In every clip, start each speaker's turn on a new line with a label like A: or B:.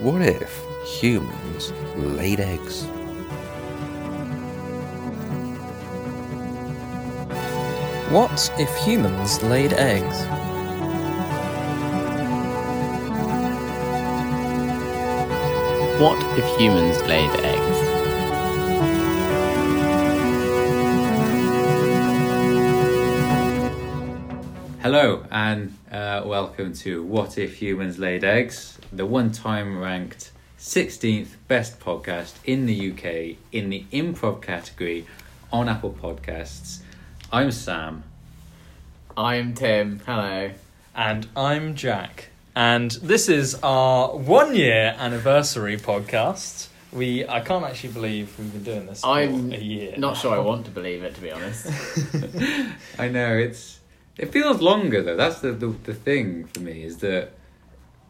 A: What if humans laid eggs?
B: What if humans laid eggs?
C: What if humans laid eggs?
D: Hello and uh, welcome to What If Humans Laid Eggs, the one time ranked 16th best podcast in the UK in the improv category on Apple Podcasts. I'm Sam.
C: I'm Tim. Hello.
E: And I'm Jack. And this is our one year anniversary podcast. We I can't actually believe we've been doing this
C: I'm
E: for a year.
C: not sure I want to believe it, to be honest.
D: I know it's it feels longer though. That's the, the the thing for me is that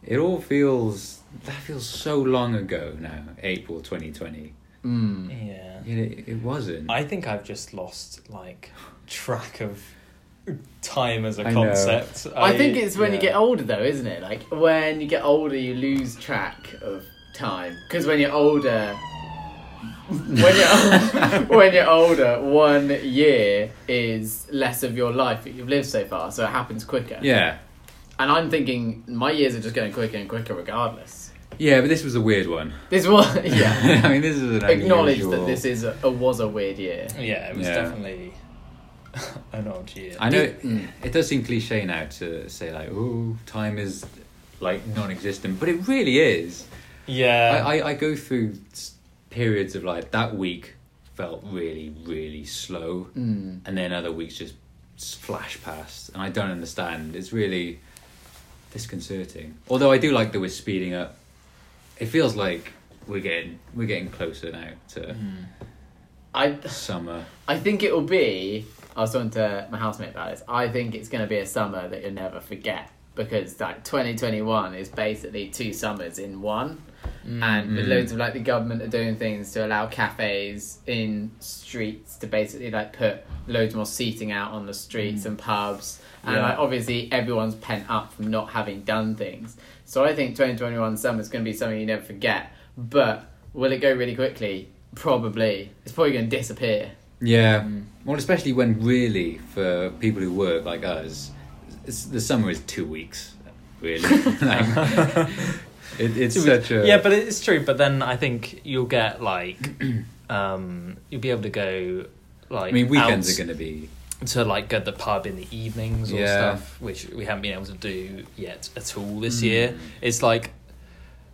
D: it all feels that feels so long ago now. April 2020.
C: Mm.
E: Yeah.
D: Yet It, it wasn't.
E: I think I've just lost like track of time as a
D: I know.
E: concept.
C: I think it's when you
E: yeah.
C: get older, though, isn't it? Like when you get older, you lose track of time because when you're older, when you're when you're older, one year is less of your life that you've lived so far, so it happens quicker.
D: yeah.
C: And I'm thinking my years are just going quicker and quicker, regardless.
D: Yeah, but this was a weird one.
C: This was yeah.
D: I mean, this is an
C: Acknowledge
D: unusual-
C: that this is a, a was a weird year.
E: Yeah, it was
D: Yeah.
E: definitely an odd year.
D: I know it,
C: mm.
D: it does seem cliche now to say like, "Oh, time is like non-existent," but it really is.
E: yeah.
D: I, I, I go through s- periods of like that week felt really really slow,
E: Hmm.
C: Mm.
D: and then other weeks just s- flash past, and I don't understand. It's really disconcerting. Although I do like that we're speeding up. It feels like we're getting we're getting closer now to
E: Hmm.
C: I
D: summer.
C: I think it will be. I was talking to my housemate about this. I think it's going to be a summer that you'll never forget because like 2021 is basically two summers in one, and with loads of like the government are doing things to allow cafes in streets to basically like put loads more seating out on the streets and pubs, and
E: Yeah.
C: like obviously everyone's pent up from not having done things. So I think 2021 summer is going to be something you never forget. But will it go really quickly? Probably. It's probably going to disappear.
D: Yeah.
E: Hmm.
D: Well, especially when really for people who work like us, it's, the summer is two weeks, really. like, it, it's
E: Two
D: such a
E: yeah, but it's true. But then I think you'll get like, um, you'll be able to go like.
D: I mean, weekends
E: out
D: are going to be
E: to like go to the pub in the evenings or
D: Yeah. Hmm.
E: stuff, which we haven't been able to do yet at all this year. It's like,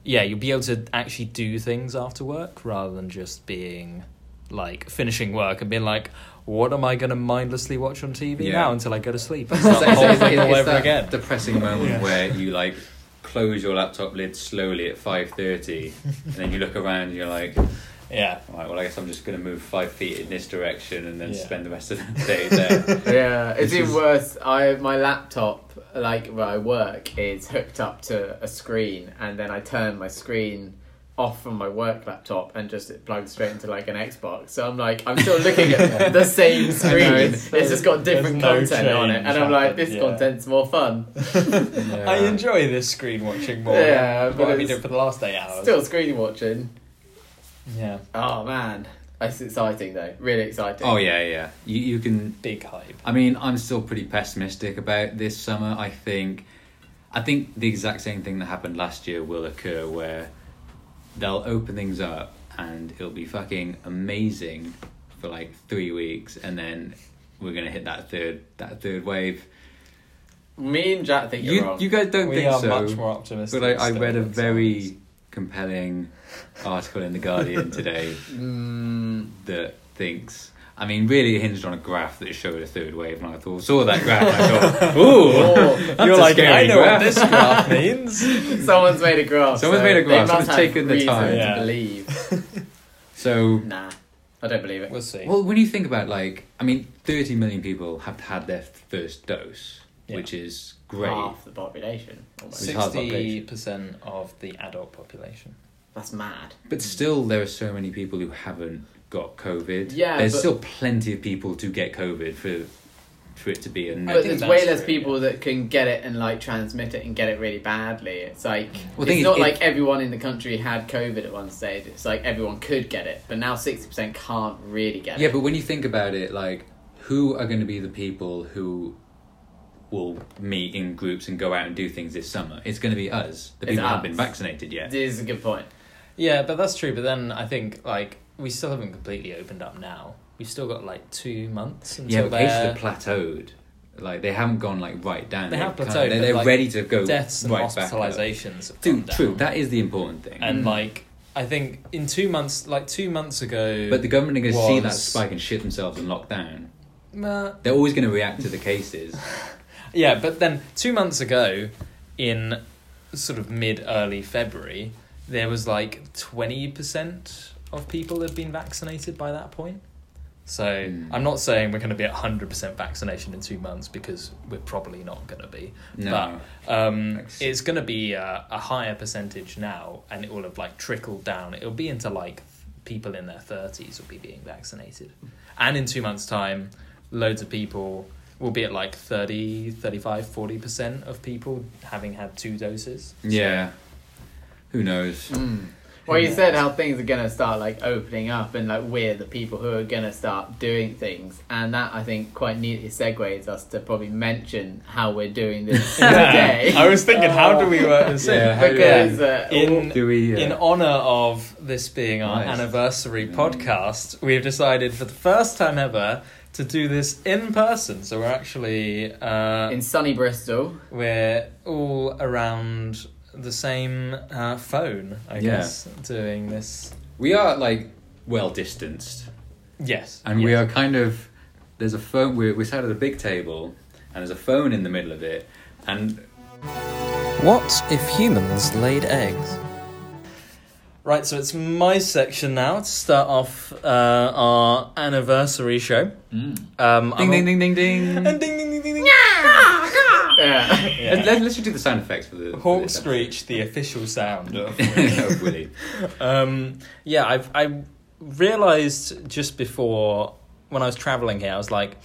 E: yeah, you'll be able to actually do things after work rather than just being like finishing work and being like, what am I going to mindlessly watch on TV
D: Yeah.
E: now until I go to sleep? It's
D: it's
E: that
D: that-
E: whole
D: it's that-
E: thing all
D: it's
E: over
D: that
E: again.
D: depressing moment
E: Yeah.
D: where you like close your laptop lid slowly at five thirty, and then you look around and you're like, all
E: Yeah.
D: right, well, I guess I'm just going to move five feet in this direction and then
E: Yeah.
D: spend the rest of the day there.
C: Yeah, it's
D: This
C: even
D: is-
C: worse. I my laptop, like where I work, is hooked up to a screen, and then I turn my screen off from my work laptop and just it plugs straight into like an Xbox. So I'm like, I'm still looking at the same screen. it's,
E: it's-
C: just got different
E: there's no
C: content on it, and
E: change
C: I'm like,
E: happened,
C: this
E: yeah.
C: content's more fun.
E: I enjoy this screen watching more.
C: Yeah,
E: than
C: but
E: what I've been
C: it's
E: doing for the last eight hours.
C: Still screen watching.
E: Yeah,
C: Oh man, it's exciting though. Really exciting.
D: Oh yeah, yeah. You you can
E: big hype.
D: I mean, I'm still pretty pessimistic about this summer. I think, I think the exact same thing that happened last year will occur, where they'll open things up and it'll be fucking amazing for like three weeks, and then we're gonna hit that third that third wave.
C: Me and Jack think you're
D: You
C: wrong.
D: you guys don't
E: We
D: think
E: are
D: so,
E: much more optimistic.
D: but I, I
E: still
D: read a
E: than
D: very compelling article in the Guardian today
C: Mm,
D: that thinks. I mean, really it hinged on a graph that showed a third wave, and I thought, saw that graph, I thought, ooh,
C: oh,
D: That's
E: You're
D: a
E: like,
D: scary
E: I know
D: graph."
E: what this graph means.
C: someone's made a graph.
D: Someone's
C: so
D: made a
C: they
D: graph.
C: must
D: Someone's
C: have
D: taken the
C: reason
D: time.
C: to
E: Yeah.
C: believe.
D: So,
C: Nah, I don't believe it.
E: We'll see.
D: well, when you think about like, I mean, 30 million people have had their first dose,
E: Yeah.
D: which is great.
C: Half the population. Almost.
D: Six- it's hard
E: Sixty
D: population.
E: percent of the adult population.
C: That's mad.
D: But still, there are so many people who haven't got COVID.
C: Yeah,
D: There's
C: but-
D: still plenty of people to get COVID for for it to be a
C: But
D: negative.
C: there's
E: that's
C: way less
E: true,
C: people that can get it and like transmit it and get it really badly. It's like
D: Well, the thing
C: it's
D: is,
C: not
D: if-
C: like everyone in the country had COVID at one stage. It's like everyone could get it, but now sixty percent can't really get
D: Yeah,
C: it.
D: but when you think about it, like, who are going to be the people who will meet in groups and go out and do things this summer? It's going to be us, the
C: It's
D: people who haven't
C: us.
D: been vaccinated yet.
C: this is a good point.
E: Yeah, but that's true. But then I think like we still haven't completely opened up now. We've still got like two months
D: Yeah,
E: until
D: but cases
E: they're
D: have plateaued. Like, they haven't gone, like, right down.
E: They
D: They've
E: have
D: kind of- They're,
E: plateaued, but,
D: they're
E: like,
D: ready to go
E: deaths and
D: right back. up.
E: hospitalizations. have
D: True,
E: come down.
D: true. That Mm. is the important thing.
E: and like I think in two months, like two months ago,
D: but the government are going to see that
E: was-
D: spike and shit themselves and lock down.
E: Nah.
D: They're always going to react to the cases.
E: yeah, but then two months ago, in sort of mid early February, there was like twenty percent of people had been vaccinated by that point. So
D: Mm.
E: I'm not saying we're going to be at hundred percent vaccination in two months because we're probably not going to be.
D: No.
E: But um,
D: Thanks.
E: it's going to be a, a higher percentage now, and it will have like trickled down. It'll be into like people in their thirties will be being vaccinated, and in two months' time, loads of people will be at like 30 35 40% of people having had two doses
D: yeah. Who knows?
E: Mm.
C: Well, you said how things are gonna start like opening up, and like we're the people who are gonna start doing things, and that I think quite neatly segues us to probably mention how we're doing this today.
E: i was thinking how do we work this
D: Yeah,
E: in
D: how do we-
C: because uh,
E: in
D: Do we, uh,
E: in honor of this being our
D: Nice. Mm.
E: anniversary podcast, we have decided for the first time ever to do this in person. So we're actually uh,
C: in sunny Bristol,
E: we're all around the same uh, phone, I
D: Yeah.
E: guess, doing this.
D: We are like well distanced,
E: Yes,
D: and we
E: yes.
D: are kind of there's a phone. We're, we're sat at a big table, and there's a phone in the middle of it, and
B: What if humans laid eggs?
E: right. So it's my section now to start off uh, our anniversary show. Um,
D: ding
E: I'm
D: ding ding ding ding.
E: And ding ding ding ding ding.
D: Ah.
C: yeah.
D: Let, let, let's just do the sound effects for the
E: Hawk
D: for
E: screech, the official sound of
D: this episode. Oh, Willy.
E: Um, yeah, I've I realized just before when I was traveling here, I was like,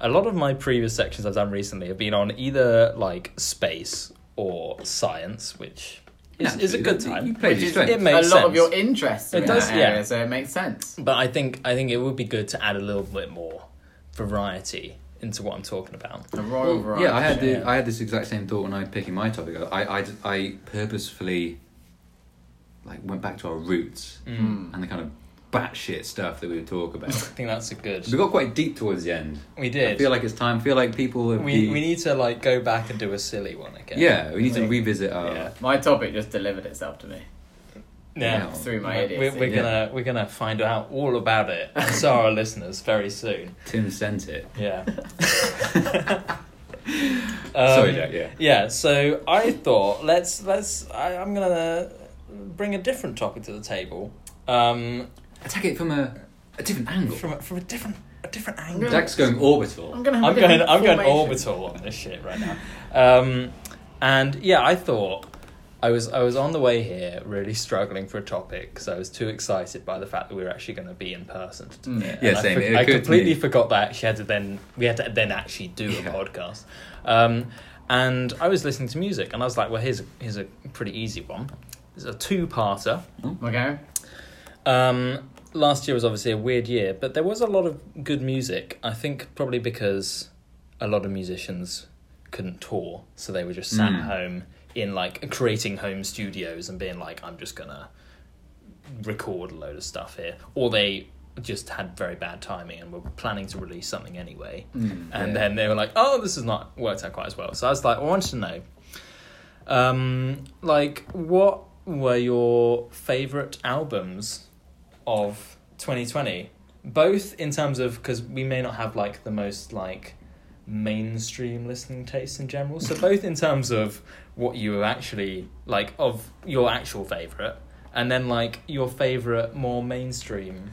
E: a lot of my previous sections I've done recently have been on either like space or science, which is, is a
D: Naturally,
E: good
D: you- You
E: time.
D: played
C: Which
D: your
C: is-
D: strengths.
E: it makes
C: a lot
E: sense.
C: of your interests.
E: It
C: in
E: does,
C: that area,
E: yeah.
C: So it makes sense.
E: But I think I think it would be good to add a little bit more variety into what I'm talking about.
C: The royal variety.
D: Yeah, I had the,
E: Yeah.
D: I had this exact same thought when I picking my topic. I I, I purposefully like went back to our roots
C: Hmm.
E: Mm.
D: and the kind of batshit stuff that we would talk
E: I
D: about.
E: think that's a good.
D: we got quite deep towards the end.
E: We
D: I
E: did.
D: feel like it's time. I feel like people. Have
E: we
D: been-
E: we need to like go back and do a silly one again.
D: Yeah, we need to
E: Like,
D: revisit our.
E: yeah.
C: My topic just delivered itself to me
E: Yeah.
D: Oh.
C: through my
E: We're,
C: idiocy.
E: we're
D: Yeah.
E: gonna we're gonna find out all about it. and So our listeners very soon.
D: Tim sent it.
E: Yeah. Um,
D: Sorry, Jack. Yeah.
E: Yeah. So I thought let's let's I, I'm gonna bring a different topic to the table um,
D: Attack it from a, a different angle. Mm.
E: from a- from a different a different angle.
C: No.
D: Jack's going orbital.
C: I'm gonna. Have
E: I'm
C: a different
E: going. I'm going
C: formation.
E: orbital on this shit right now. Um, and yeah, I thought I was I was on the way here, really struggling for a topic because I was too excited by the fact that we were actually going to be in person. To do
C: Mm.
E: it.
D: Yeah,
E: And I
D: same.
E: for-
D: It
E: I,
D: occurred to
E: completely
D: me.
E: forgot that she had to then we had to then actually do a
D: Yeah.
E: podcast. Um, and I was listening to music, and I was like, well, here's a here's a pretty easy one. It's a two-parter.
C: Okay.
E: Um, last year was obviously a weird year, but there was a lot of good music. I think probably because a lot of musicians couldn't tour, so they were just sat
D: Mm.
E: home in like creating home studios and being like, I'm just gonna record a load of stuff here, or they just had very bad timing and were planning to release something anyway, and then they were like, oh, this has not worked out quite as well. So I was like, I wanted to know. Um, like, what were your favorite albums of 2020? Both in terms of because we may not have like the most like mainstream listening tastes in general. So both in terms of what you were actually like of your actual favorite, and then like your favorite more mainstream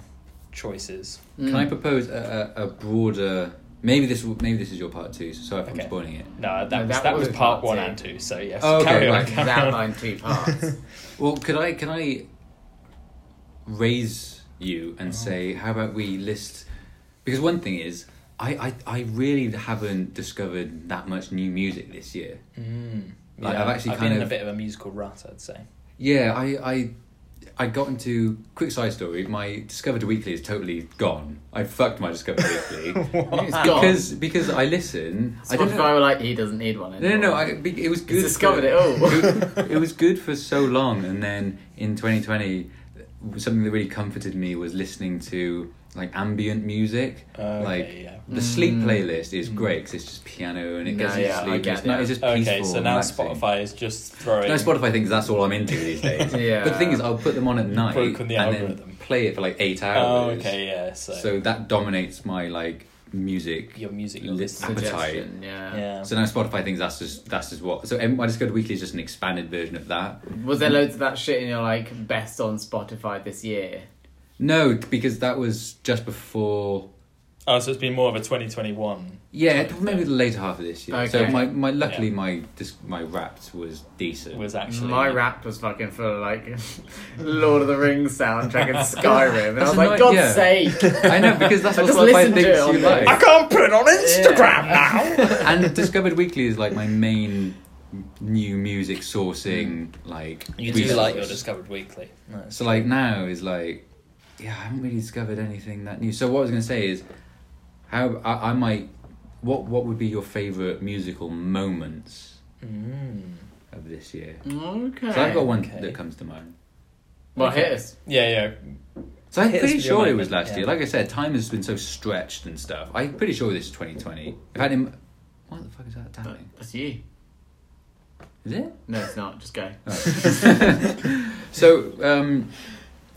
E: choices.
C: Hmm.
D: Can I propose a, a, a broader? Maybe this will- maybe this is your part two. So sorry if I'm
E: Okay.
D: spoiling it.
E: No, that,
C: No,
E: was
C: that
E: that was
C: was
E: part
C: part
E: one
C: two.
E: and two. So yes,
D: Oh, okay,
E: carry on.
D: right.
E: carry
C: That
E: on.
C: outline two parts.
D: Well, could I can I
E: Oh.
D: raise you and say how about we list? Because one thing is I, I, I really haven't discovered that much new music this year.
E: Mm.
D: Like,
E: yeah,
D: I've actually
E: I've
D: kind
E: been in
D: of-
E: a bit of a musical rut, I'd say.
D: Yeah, I, I, I got into quick side story. My Discovered Weekly is totally gone. I fucked my Discovered Weekly
C: It's gone.
D: because because I listen. I don't
C: Spotify
D: know.
C: were like, he doesn't need one
D: No, no,
C: anymore.
D: no. I, be- it was good.
C: discovered
D: for-
C: it all.
D: it, it was good for so long, and then in 2020, something that really comforted me was listening to like ambient music.
E: Okay,
D: like
E: yeah.
D: the sleep playlist is great because it's just piano and it
C: No,
D: gets you to
C: yeah, I
D: sleep. and
C: get
D: it's, not,
C: it.
D: it's just peaceful.
E: Okay, so
D: and
E: now
D: relaxing.
E: Spotify is just throwing.
D: No, Spotify thinks that's all I'm into these days.
C: Yeah.
D: But the thing is, I'll put them on at night
E: broken the
D: and
E: algorithm.
D: then play it for like eight
E: Oh,
D: hours.
E: okay, yeah. So,
D: So that dominates my like music.
E: your music, you're
D: Lit-
E: listening.
D: appetite.
C: Suggestion, yeah.
E: Yeah.
D: So now Spotify thinks that's just that's just what. So um, I Discovered Weekly is just an expanded version of that.
C: Was there loads of that shit in your like best on Spotify this year?
D: No, because that was just before.
E: oh, so it's been more of a 2021.
D: Yeah, it- maybe the later half of this year. So
C: Okay.
D: my, my luckily
E: Yeah.
D: my dis- my Wrapped was decent.
E: Was actually
C: My rap was fucking full of like Lord of the Rings soundtrack and Skyrim, and I
D: That's
C: was like,
D: annoying,
C: God's
D: yeah.
C: sake!
D: I know because that's
C: I
D: what
C: just
D: Spotify
C: listened to
D: thinks
C: it on
D: you
C: there.
D: like.
E: I can't put it on Instagram now.
D: and Discovered Weekly is like my main new music sourcing like
E: You do like your
D: resource.
E: Discovered Weekly. Nice.
D: so like now is like yeah I haven't really discovered anything that new so what I was gonna say is how I, I might what what would be your favorite musical moments
E: Mm.
D: of this year
C: okay.
D: so I've got one
E: Okay.
D: that comes to mind
C: Well, hit us.
E: Yeah, yeah.
D: so I'm
E: Hit us
D: pretty
E: with your
D: sure it
E: moment,
D: was last
E: yeah.
D: year like I said time has been so stretched and stuff I'm pretty sure this is 2020 I've had him what the fuck is that tapping
C: That's you.
D: is it
C: No, it's not. Just go.
D: So um,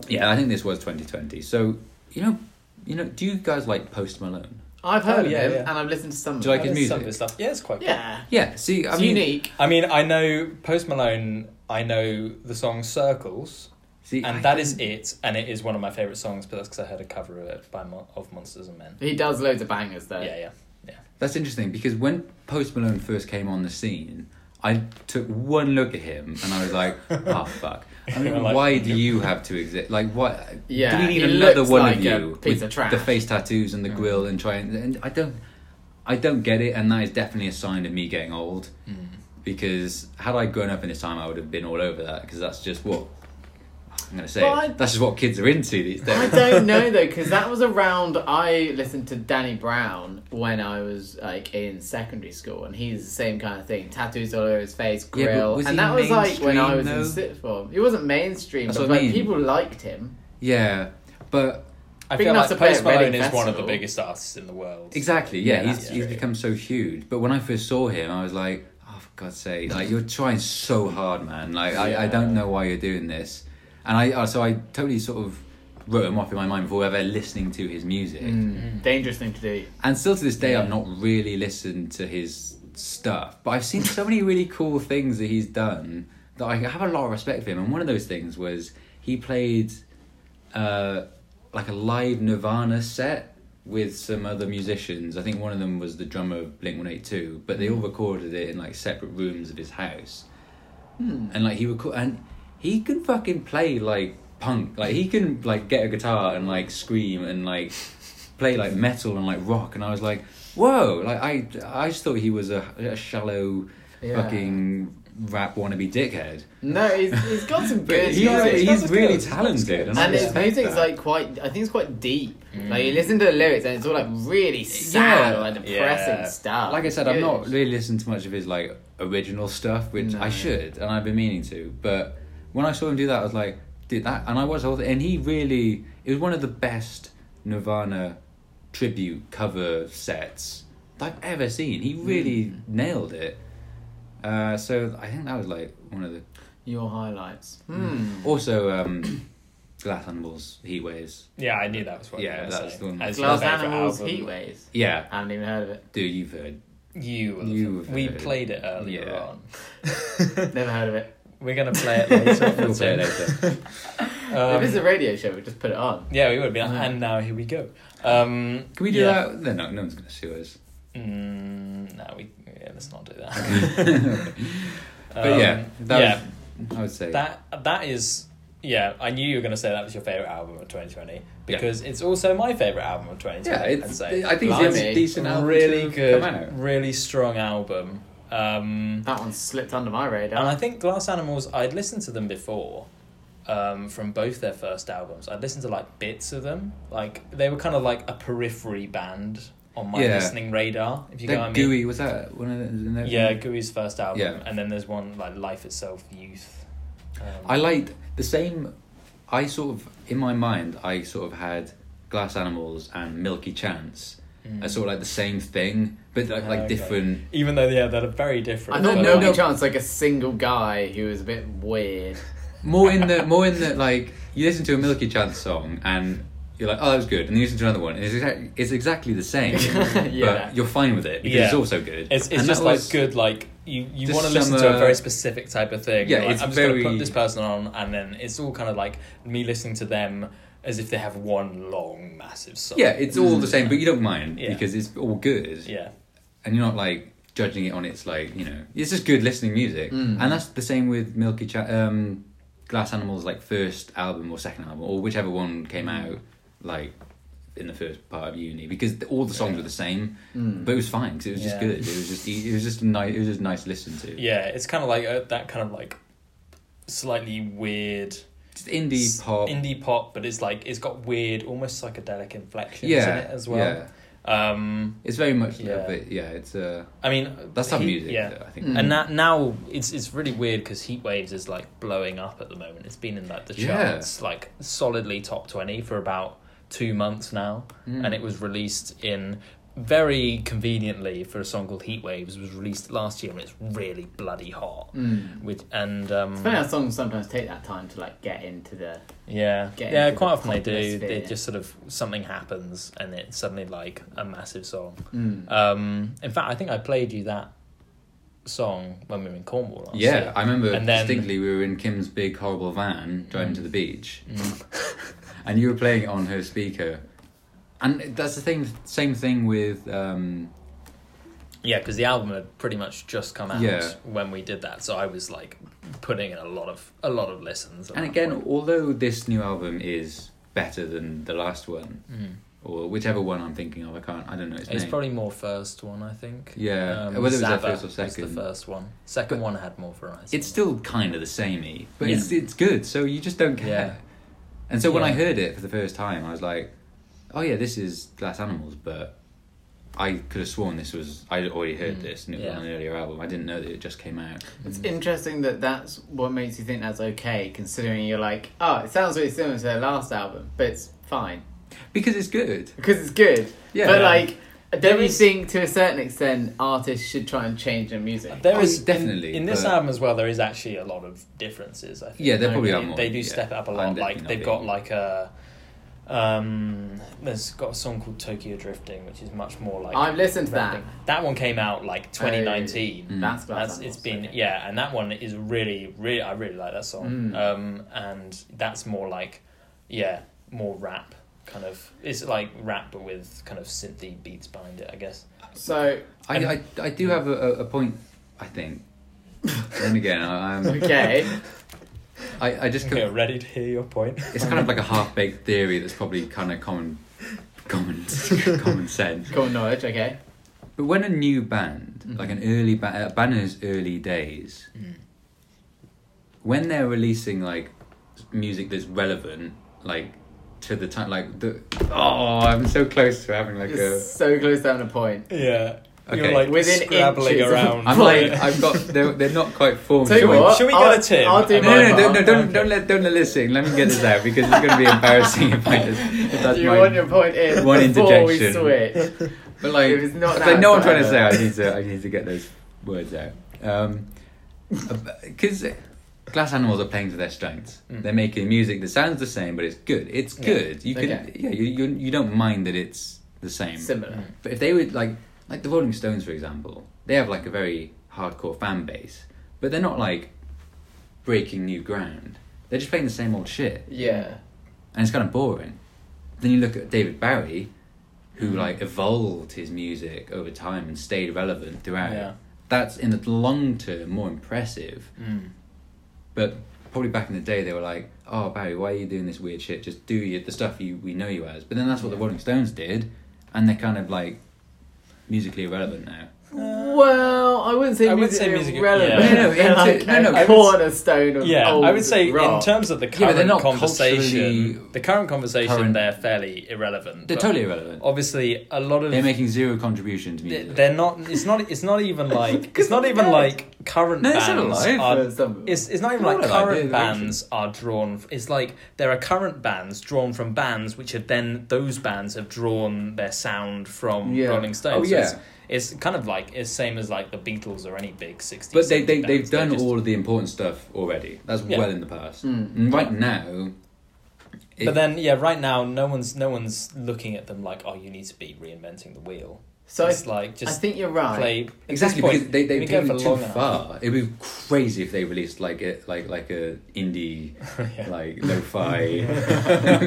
D: yeah, I think this was 2020. So you know, you know, do you guys like Post Malone?
C: I've heard
E: Oh,
C: of
E: yeah,
C: him,
E: yeah.
C: and I've listened to some.
D: Do you like
E: There's
D: his
E: Some of
D: music?
E: his stuff. Yeah, it's quite good.
C: Yeah,
D: Yeah. See, I
C: it's
D: mean,
C: unique.
E: I mean, I know Post Malone. I know the song Circles,
D: See,
E: and
D: I
E: that
D: think-
E: is it. And it is one of my favorite songs, but that's because I heard a cover of it by Mon- of Monsters and Men.
C: He does loads of bangers though.
E: Yeah, yeah.
D: that's interesting because when Post Malone first came on the scene, I took one look at him and I was like, oh fuck. I mean,
E: Like-
D: why do you have to exist? Like, what?
C: Yeah,
D: do we need
C: he
D: another
C: looks
D: one
C: like
D: of
C: a
D: you
C: piece
D: with
C: of trash. Mm.
D: the face tattoos and the grill and trying? And I don't, I don't get it. And that is definitely a sign of me getting old.
C: Mm.
D: Because had I grown up in this time, I would have been all over that. Because that's just what I'm gonna say.
C: Well, I-
D: that's just what kids are into these
C: I
D: days.
C: don't know though, because that was around. I listened to Danny Brown when I was like in secondary school, and he's the same kind of thing: tattoos all over his face,
D: Yeah, but
C: grill,
D: was
C: and
D: he
C: that was like when I
D: mainstream,
C: was
D: though?
C: in sixth form. He wasn't mainstream,
D: That's
C: but
D: what I
C: like
D: mean.
C: people liked him.
D: yeah, but
E: I
C: Big
E: feel
C: enough
E: like
C: to play
E: Post
C: at Reading
E: Malone is one of the
C: Festival.
E: biggest artists in the world.
D: Exactly. Yeah,
E: Yeah,
D: he's,
E: that's
D: he's
E: true.
D: become so huge. But when I first saw him, I was like, "Oh, for God's sake! Like you're trying so hard, man. Like I, I don't know why you're doing this." And I uh, so I totally sort of wrote him off in my mind before ever listening to his music. Mm.
C: Dangerous thing to do.
D: And still to this day,
E: Mm. Yeah.
D: I've not really listened to his stuff. But I've seen so many really cool things that he's done that I have a lot of respect for him. And one of those things was he played uh, like a live Nirvana set with some other musicians. I think one of them was the drummer of Blink 182, but they all recorded it in like separate rooms of his house. And like he record and he can fucking play like punk. Like he can like get a guitar and like scream and like play like metal and like rock and I was like, "Whoa." Like I I just thought he was a, a shallow
C: Yeah.
D: fucking rap wannabe dickhead.
C: No, he's, he's got some
D: But
C: good.
D: he's,
C: music.
D: he's
E: that's
D: really
E: good.
D: talented and, I
C: and his
D: respect
C: music's
D: that. Mm.
C: like quite. I think it's quite deep. Like you listen to the lyrics, and it's all like really sad
D: Yeah.
C: or like depressing
E: Yeah.
C: stuff.
D: like I said, I've
C: Good.
D: not really listened to much of his like original stuff, which I
C: No.
D: should, and I've been meaning to. But when I saw him do that, I was like, "Did that?" And I watched the whole thing, and he really it was one of the best Nirvana tribute cover sets that I've ever seen. He really
C: Hmm.
D: nailed it. Uh, so I think that was like one of the
C: Your highlights. Hmm.
D: also um, Glass Animals, Heat Waves.
E: Yeah, I knew that was what.
D: Yeah,
E: you were
D: that's the one.
E: going to say. As your
C: Glass
E: favourite
C: Animals,
E: album.
C: Heatwaves.
D: Yeah,
C: I haven't even heard of it.
D: dude, you've heard.
E: You, will
D: You
E: have-
D: will
E: we
D: have-
E: played it earlier
D: Yeah.
E: on.
C: Never heard of it.
E: We're gonna play it later.
D: We'll play it later.
E: Um,
C: if it's a radio show, we just put it on.
E: yeah, we would be like, and now here we go. Um,
D: Can we do
E: yeah.
D: that? No, no, no one's gonna sue us.
E: Mm, no, we yeah, let's not do that.
D: but
E: Um,
D: yeah, that
E: yeah,
D: was, I would say
E: that that is yeah, I knew you were going to say that was your favorite album of 2020 because it's also my favorite album of 2020.
D: Yeah, it's,
E: I'd say.
D: I think it's
C: Blimey.
D: a decent album.
E: really
D: to Come out.
E: good, really strong album. Um,
C: That one slipped under my
E: and I
C: radar.
E: think Glass Animals, I'd listened to them before um, from both their first albums. I'd listened to like bits of them. Like they were kind of like a periphery band on my
D: Yeah.
E: listening radar, if you
D: That
E: know what I mean.
D: Gooey was that one of the, isn't that
E: Yeah,
D: one?
E: Gooey's first album.
D: Yeah.
E: And then there's one like Life Itself, Youth. Um,
D: I liked the same. I sort of in my mind, I sort of had Glass Animals and Milky Chance. as sort of like the same thing, but like, like
E: Mm. Oh, Okay.
D: different.
E: Even though yeah, they're very
C: I,
E: different.
C: thought
E: but,
C: no,
E: like,
C: no chance like a single guy who was a bit weird.
D: More in the more in the like you listen to a Milky Chance song and you're like, oh, that was good, and then you listen to another one, and it's exactly it's exactly the same,
C: Yeah.
D: but you're fine with it because
E: Yeah.
D: it's also good.
E: It's, it's
D: And
E: just
D: that
E: like
D: was-
E: good, like you, you
D: Just
E: want to listen
D: some,
E: to a
D: uh,
E: very specific type of thing.
D: Yeah,
E: Like,
D: it's
E: I'm just gonna
D: very-
E: put this person on, and then it's all kind of like me listening to them as if they have one long massive song.
D: Yeah, it's all the same, but you don't mind
E: Yeah.
D: because it's all good,
E: yeah,
D: and you're not like judging it on its like you know it's just good listening music, and that's the same with Milky Chance, um, Glass Animals like first album or second album or whichever one came out like in the first part of uni because th- all the songs were the same, but it was fine because it was just
E: Yeah.
D: good. It was just e- it was just nice. It was just nice to listen to.
E: yeah. It's kind of like uh that kind of like slightly weird
D: Just indie
E: s-
D: pop.
E: indie pop, but it's like it's got weird, almost psychedelic inflections
D: yeah,
E: in it as well.
D: Yeah.
E: Um,
D: It's very much
E: Yeah. Mm.
D: yeah. yeah, it's uh,
E: I mean,
D: that's how
E: he-
D: music.
E: Yeah,
D: though, I think.
C: Mm-hmm.
E: And that now it's it's really weird because Heat Waves is like blowing up at the moment. It's been in like the
D: Yeah.
E: charts, like solidly top twenty for about two months now,
C: Mm.
E: and it was released in very conveniently for a song called Heat Waves was released last year and it's really bloody hot. With and
C: Hmm. Mm. It's funny
E: um,
C: how songs sometimes take that time to like get into the.
E: yeah,
C: Get
E: yeah,
C: into
E: quite
C: the
E: often they
C: pop
E: do.
C: sphere.
E: They just sort of something happens and it's suddenly like a massive song.
C: hmm. Mm.
E: Um, in fact, I think I played you that song when we were in Cornwall. Last
D: Yeah,
E: year.
D: I remember
E: And then- Mm.
D: distinctly we were in Kim's big horrible van driving to the beach, and you were playing it on her speaker, and that's the thing. Same thing with um,
E: Yeah, because the album had pretty much just come out
D: Yeah.
E: when we did that, so I was like putting in a lot of a lot of listens. at
D: and
E: that
D: again,
E: point.
D: although this new album is better than the last one, or whichever one I'm thinking of, I can't. I don't know. Its,
E: it's
D: Hmm. name.
E: probably more first one, I think.
D: Yeah, whether it was our
E: Zappa
D: first or
E: Was
D: second.
E: the first one. Second
D: But-
E: one had more variety.
D: it's still kind of the samey, but
E: Yeah.
D: it's it's good. So you just don't care.
E: Yeah.
D: And so when I
E: Yeah.
D: heard it for the first time, I was like, "Oh yeah, this is Glass Animals," but I could have sworn this was I'd already heard this and it was
E: Yeah.
D: on an earlier album. I didn't know that it just came out.
C: It's interesting that that's what makes you think that's okay, considering you're like, oh, it sounds really similar to their last album, but it's fine.
D: Because it's good.
C: because it's good.
D: Yeah.
C: But like,
E: There
C: don't you
E: is-
C: think to a certain extent artists should try and change their music?
E: There
D: Oh,
E: is
D: definitely,
E: in, in this
D: but-
E: album as well. There is actually a lot of differences. I think.
D: Yeah, there
E: Like,
D: probably
E: they,
D: are more,
E: They do
D: yeah.
E: step it up a
D: I'm
E: lot. Like
D: definitely
E: they've
D: not
E: got like a. Um, there's got a song called Tokyo Drifting, which is much more like
C: I've listened to that.
E: rapping. That one came out like 2019.
C: Oh, that's Glass
E: That's,
C: Animals,
E: it's been
C: okay.
E: yeah, and that one is really really I really like that
D: Mm.
E: song. Um, and that's more like yeah, more rap kind of. It's like rap but with kind of synthy beats behind it, I guess.
C: So
D: I I, I do have a, a- a point. I think. then again, I, I'm,
C: okay,
D: I I just
E: Okay,
D: come,
E: ready to hear your point.
D: it's kind of like a half baked theory that's probably kind of common, common, common sense.
C: common knowledge. Okay,
D: But when a new band, like an
C: Mm-hmm.
D: early ba- a Banner's early days,
C: Mm.
D: when they're releasing like music that's relevant, like to the time, like the oh, I'm so close to having like
C: you're
D: a.
C: so close down a point.
E: Yeah. You're
D: Okay.
E: like
C: Within
E: scrabbling
C: inches of-
E: around.
D: I'm like I've got they're, they're not quite formed.
C: Tell you
D: Shall Oh, we-
C: what,
E: should we get
C: I'll,
E: a tip?
C: I'll do
E: No,
D: No,
C: my
D: no, no,
C: part.
D: no, don't, don't let, don't let this sing. Let me get this out because it's going to be embarrassing if I just. If that's
C: You
D: my,
C: want your point in
D: One
C: before we
D: interjection.
C: switch.
D: But like,
C: If it's not
D: but
C: that,
D: no, I'm
C: it's
D: trying to
C: not
D: say
C: that.
D: I need to. I need to get those words out. Um, uh, Because glass animals are playing to their strengths.
C: Mm.
D: They're making music that sounds the same, but it's good. It's good. You can,
C: Okay.
D: yeah, you, you you don't mind that it's the same.
C: Similar.
D: But if they would like, like the Rolling Stones, for example, they have like a very hardcore fan base, but they're not like breaking new ground. They're just playing the same old shit
C: Yeah.
D: and it's kind of boring. Then you look at David Bowie,
E: Mm-hmm.
D: who like evolved his music over time and stayed relevant throughout.
E: Yeah.
D: That's in
E: Mm.
D: the long term more impressive. But probably back in the day, they were like, oh Barry, why are you doing this weird shit? Just do you, the stuff you we know you as. But then that's what the Rolling Stones did, and they're kind of like musically irrelevant now.
C: Well, I wouldn't say
E: I wouldn't
C: music
E: say
C: is
E: music-
C: irrelevant.
E: yeah.
D: No, no,
C: They're
D: into-
C: like
D: no, no,
C: a
D: I would-
C: cornerstone of
E: Yeah,
C: old
E: I would say in
C: rock.
E: terms of the
D: Yeah, but
E: current
D: they're not
E: conversation,
D: culturally-
E: the current conversation,
D: current-
E: they're fairly irrelevant.
D: They're
E: but
D: totally irrelevant.
E: Obviously, a lot of
D: They're making zero contribution to
E: They-
D: music.
E: They're not. It's not. It's not even like. It's not
C: they're
E: even
C: dead.
E: like current
D: No, they're still
E: bands
D: alive.
E: are.
C: For some-
E: It's, it's not even
D: They're all
E: like
D: alive,
E: current
D: they're actually-
E: bands are drawn. f- It's like there are current bands drawn from bands which have then those bands have drawn their sound from
C: Yeah.
E: Rolling Stones.
D: Oh,
E: So it's-
D: yeah.
E: It's, kind of like it's same as like the Beatles or any big sixties.
D: But they, they, they've done all of the important stuff already. That's
E: Yeah. Mm.
D: well in the past. And right now. it-
E: But then yeah, right now no one's no one's looking at them like oh you need to be reinventing the wheel.
C: So
E: it's
C: I-
E: like
C: I
E: just
C: think you're right.
E: play at this
D: Exactly,
E: point,
D: because they
E: you've
D: they've
E: been
D: taken
E: going
D: it
E: for
D: too
E: long enough.
D: far. It'd be crazy if they released like a like like a indie
E: Yeah.
D: like lo-fi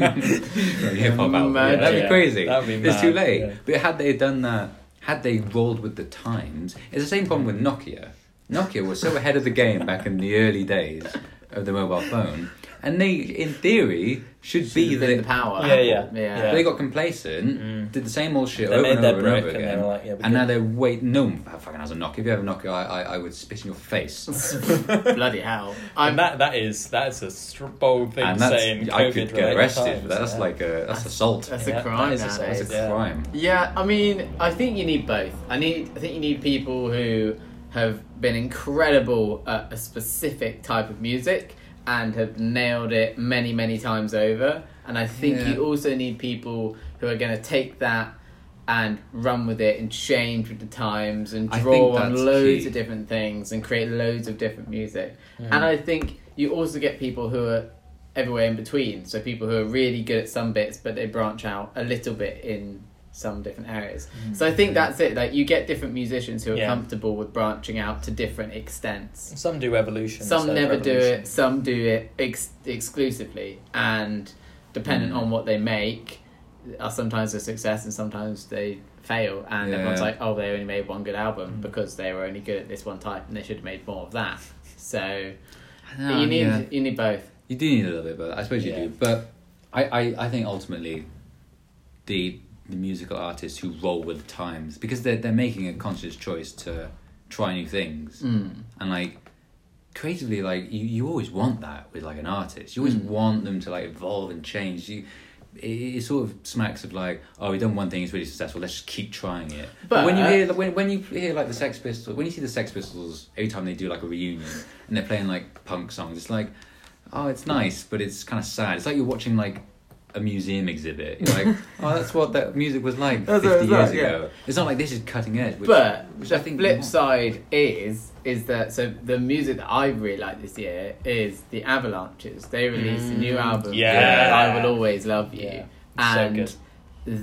D: hip hop album.
C: Imagine.
D: That'd
E: Yeah.
D: be crazy.
E: That'd be
D: it's too
E: mad,
D: late.
E: yeah.
D: But had they done that, had they rolled with the times, it's the same problem with Nokia. Nokia was so ahead of the game back in the early days of the mobile phone, and they, in theory, should, be
C: Should've been
D: the
C: the power.
E: Yeah, yeah.
C: yeah.
E: Yeah. Mm.
D: They got complacent, did the same old shit
E: They
D: over
E: made
D: and
E: their
D: over and
E: brick
D: over
E: and they
D: again,
E: were like, yeah, we
D: and now
E: can-
D: they're wait. No one fucking has a knock. If you have a knock, I, I, I would spit in your face.
C: Bloody hell! I'm
E: and that that is that is a str- bold thing
D: and
E: to
D: that's
E: say in COVID
D: I could get
E: related
D: arrested
E: times,
D: for that. That's
E: yeah.
D: like a that's assault.
C: That's
D: That's
C: a
E: Yeah,
C: crime
E: that is assault,
C: nowadays.
D: a
E: yeah.
D: crime.
C: Yeah, I mean, I think you need both. I need, I think you need people who have been incredible at a specific type of music and have nailed it many, many times over. And I think
D: Yeah.
C: you also need people who are going to take that and run with it and change with the times and
D: I
C: draw
D: think
C: on
D: that's
C: loads
D: key.
C: of different things and create loads of different music. And I think you also get people who are everywhere in between. So people who are really good at some bits, but they branch out a little bit in some different areas. So I think that's it. Like you get different musicians who are
E: Mm-hmm. Yeah.
C: comfortable with branching out to different extents.
E: some do evolution.
C: Some
E: so
C: never do
E: revolution.
C: it. Some do it ex- exclusively, and dependent
E: Mm.
C: on what they make, are sometimes a success and sometimes they fail. And
D: Yeah.
C: everyone's like, "Oh, they only made one good
E: Mm.
C: album because they were only good at this one type, and they should have made more of that." So
E: Ah,
C: but you need
D: Ah, yeah.
C: you need both.
D: you do need a little bit, but I suppose you
E: Yeah.
D: do. But I, I, I think ultimately, the the musical artists who roll with the times because they're they're making a conscious choice to try new things and like creatively like you, you always want that with like an artist you always want them to like evolve and change you it, it sort of smacks of like oh we've done one thing it's really successful let's just keep trying it but, when you
C: But-
D: hear when, when you hear like the sex pistols when you see the sex pistols every time they do like a reunion and they're playing like punk songs it's like oh it's nice but it's kind of sad it's like you're watching like a museum exhibit you're like oh that's what that music was like
C: That's
D: 50
C: what it
D: years
C: was like,
D: ago it's not like this is cutting edge which,
C: but
D: which
C: the
D: i think
C: flip side is is that so the music that I really like this year is the Avalanches. They released a
D: Mm.
C: new album.
E: yeah.
C: I will always love you.
E: Yeah. So
C: And
E: good.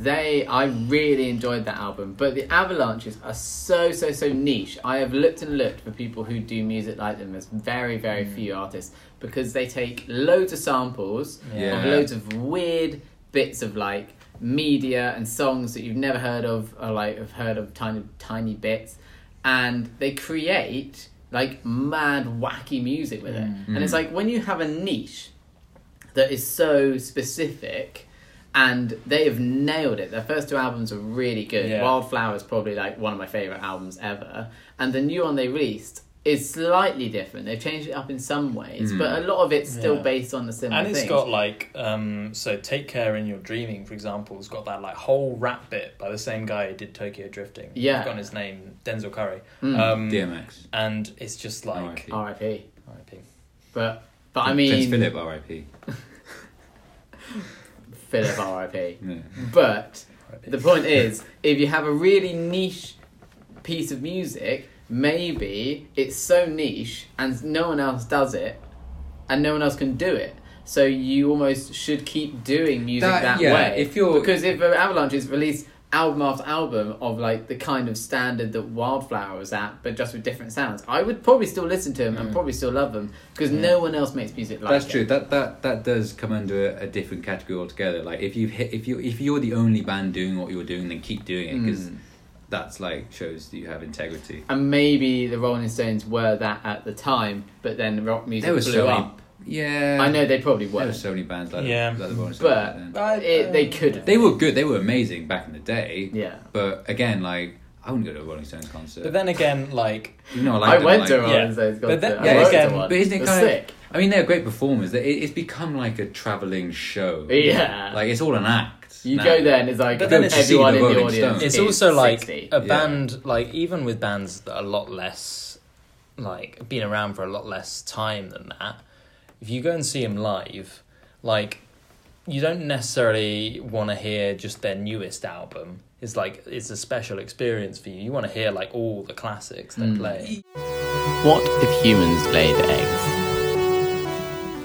C: they, I really enjoyed that album. But the Avalanches are so so so niche. I have looked and looked for people who do music like them. There's very very few artists because they take loads of samples
D: Yeah.
C: of loads of weird bits of like media and songs that you've never heard of or like have heard of tiny tiny bits and they create like mad wacky music with it and it's like when you have a niche that is so specific and they have nailed it their first two albums are really good
E: Yeah.
C: wildflower is probably like one of my favorite albums ever and the new one they released is slightly different they've changed it up in some ways but a lot of it's still
E: Yeah.
C: based on the similar
E: Hmm. And it's
C: things.
E: got like um, so take care in your dreaming, for example, has got that like whole rap bit by the same guy who did Tokyo Drifting.
C: Yeah.
E: I've forgotten his name, Denzel Curry.
D: Hmm.
E: Um,
D: dmx
E: and it's just like
D: RIP.
C: RIP.
E: RIP.
C: But but I
D: Prince
C: mean
D: Philip, R.I.P.
C: Philip RIP.
D: Yeah.
C: But the point is, if you have a really niche piece of music, maybe it's so niche and no one else does it, and no one else can do it. So you almost should keep doing music
D: That-
C: that,
D: yeah,
C: way.
D: if you're-
C: because if Avalanche is released album after album of like the kind of standard that Wildflower was at, but just with different sounds, I would probably still listen to them and probably still love them because no one else makes music like
D: Mm. That's
C: it.
D: true. That that that does come under a, a different category altogether. Like if you hit, if you if you're the only band doing what you're doing, then keep doing it because
C: Hmm.
D: that's like shows that you have integrity.
C: and maybe the Rolling Stones were that at the time, but then rock music
D: There was
C: blew
D: so many.
C: up.
D: Yeah.
C: I know they probably
D: There were
C: weren't.
D: so many bands like
E: Yeah.
D: that. Like the Rolling Stones back then.
C: But it, they could have.
D: They were good. They were amazing back in the day.
C: Yeah.
D: But again, like I wouldn't go to a Rolling Stones concert.
E: But then again, like
D: you know, I, like
C: I
D: them,
C: went
D: like-
C: to one
E: Yeah.
C: of those
E: But
C: concerts.
E: that-
D: yeah,
C: I went
E: again,
C: to one.
D: But isn't it
C: was
D: kind
C: sick.
D: of? I mean, they're great performers. They- it- It's become like a traveling show.
C: Yeah.
D: Like it's all an act.
C: You
D: now.
C: go there and it's like
E: But then it's-
C: everyone in
D: Go to see the
C: the
D: Rolling
C: audience.
D: Stones.
E: it's
C: is
E: also like
C: 60.
E: a
D: Yeah.
E: band like even with bands that are a lot less like been around for a lot less time than that if you go and see them live like you don't necessarily want to hear just their newest album it's like it's a special experience for you you want to hear like all the classics they play
C: What if humans laid eggs?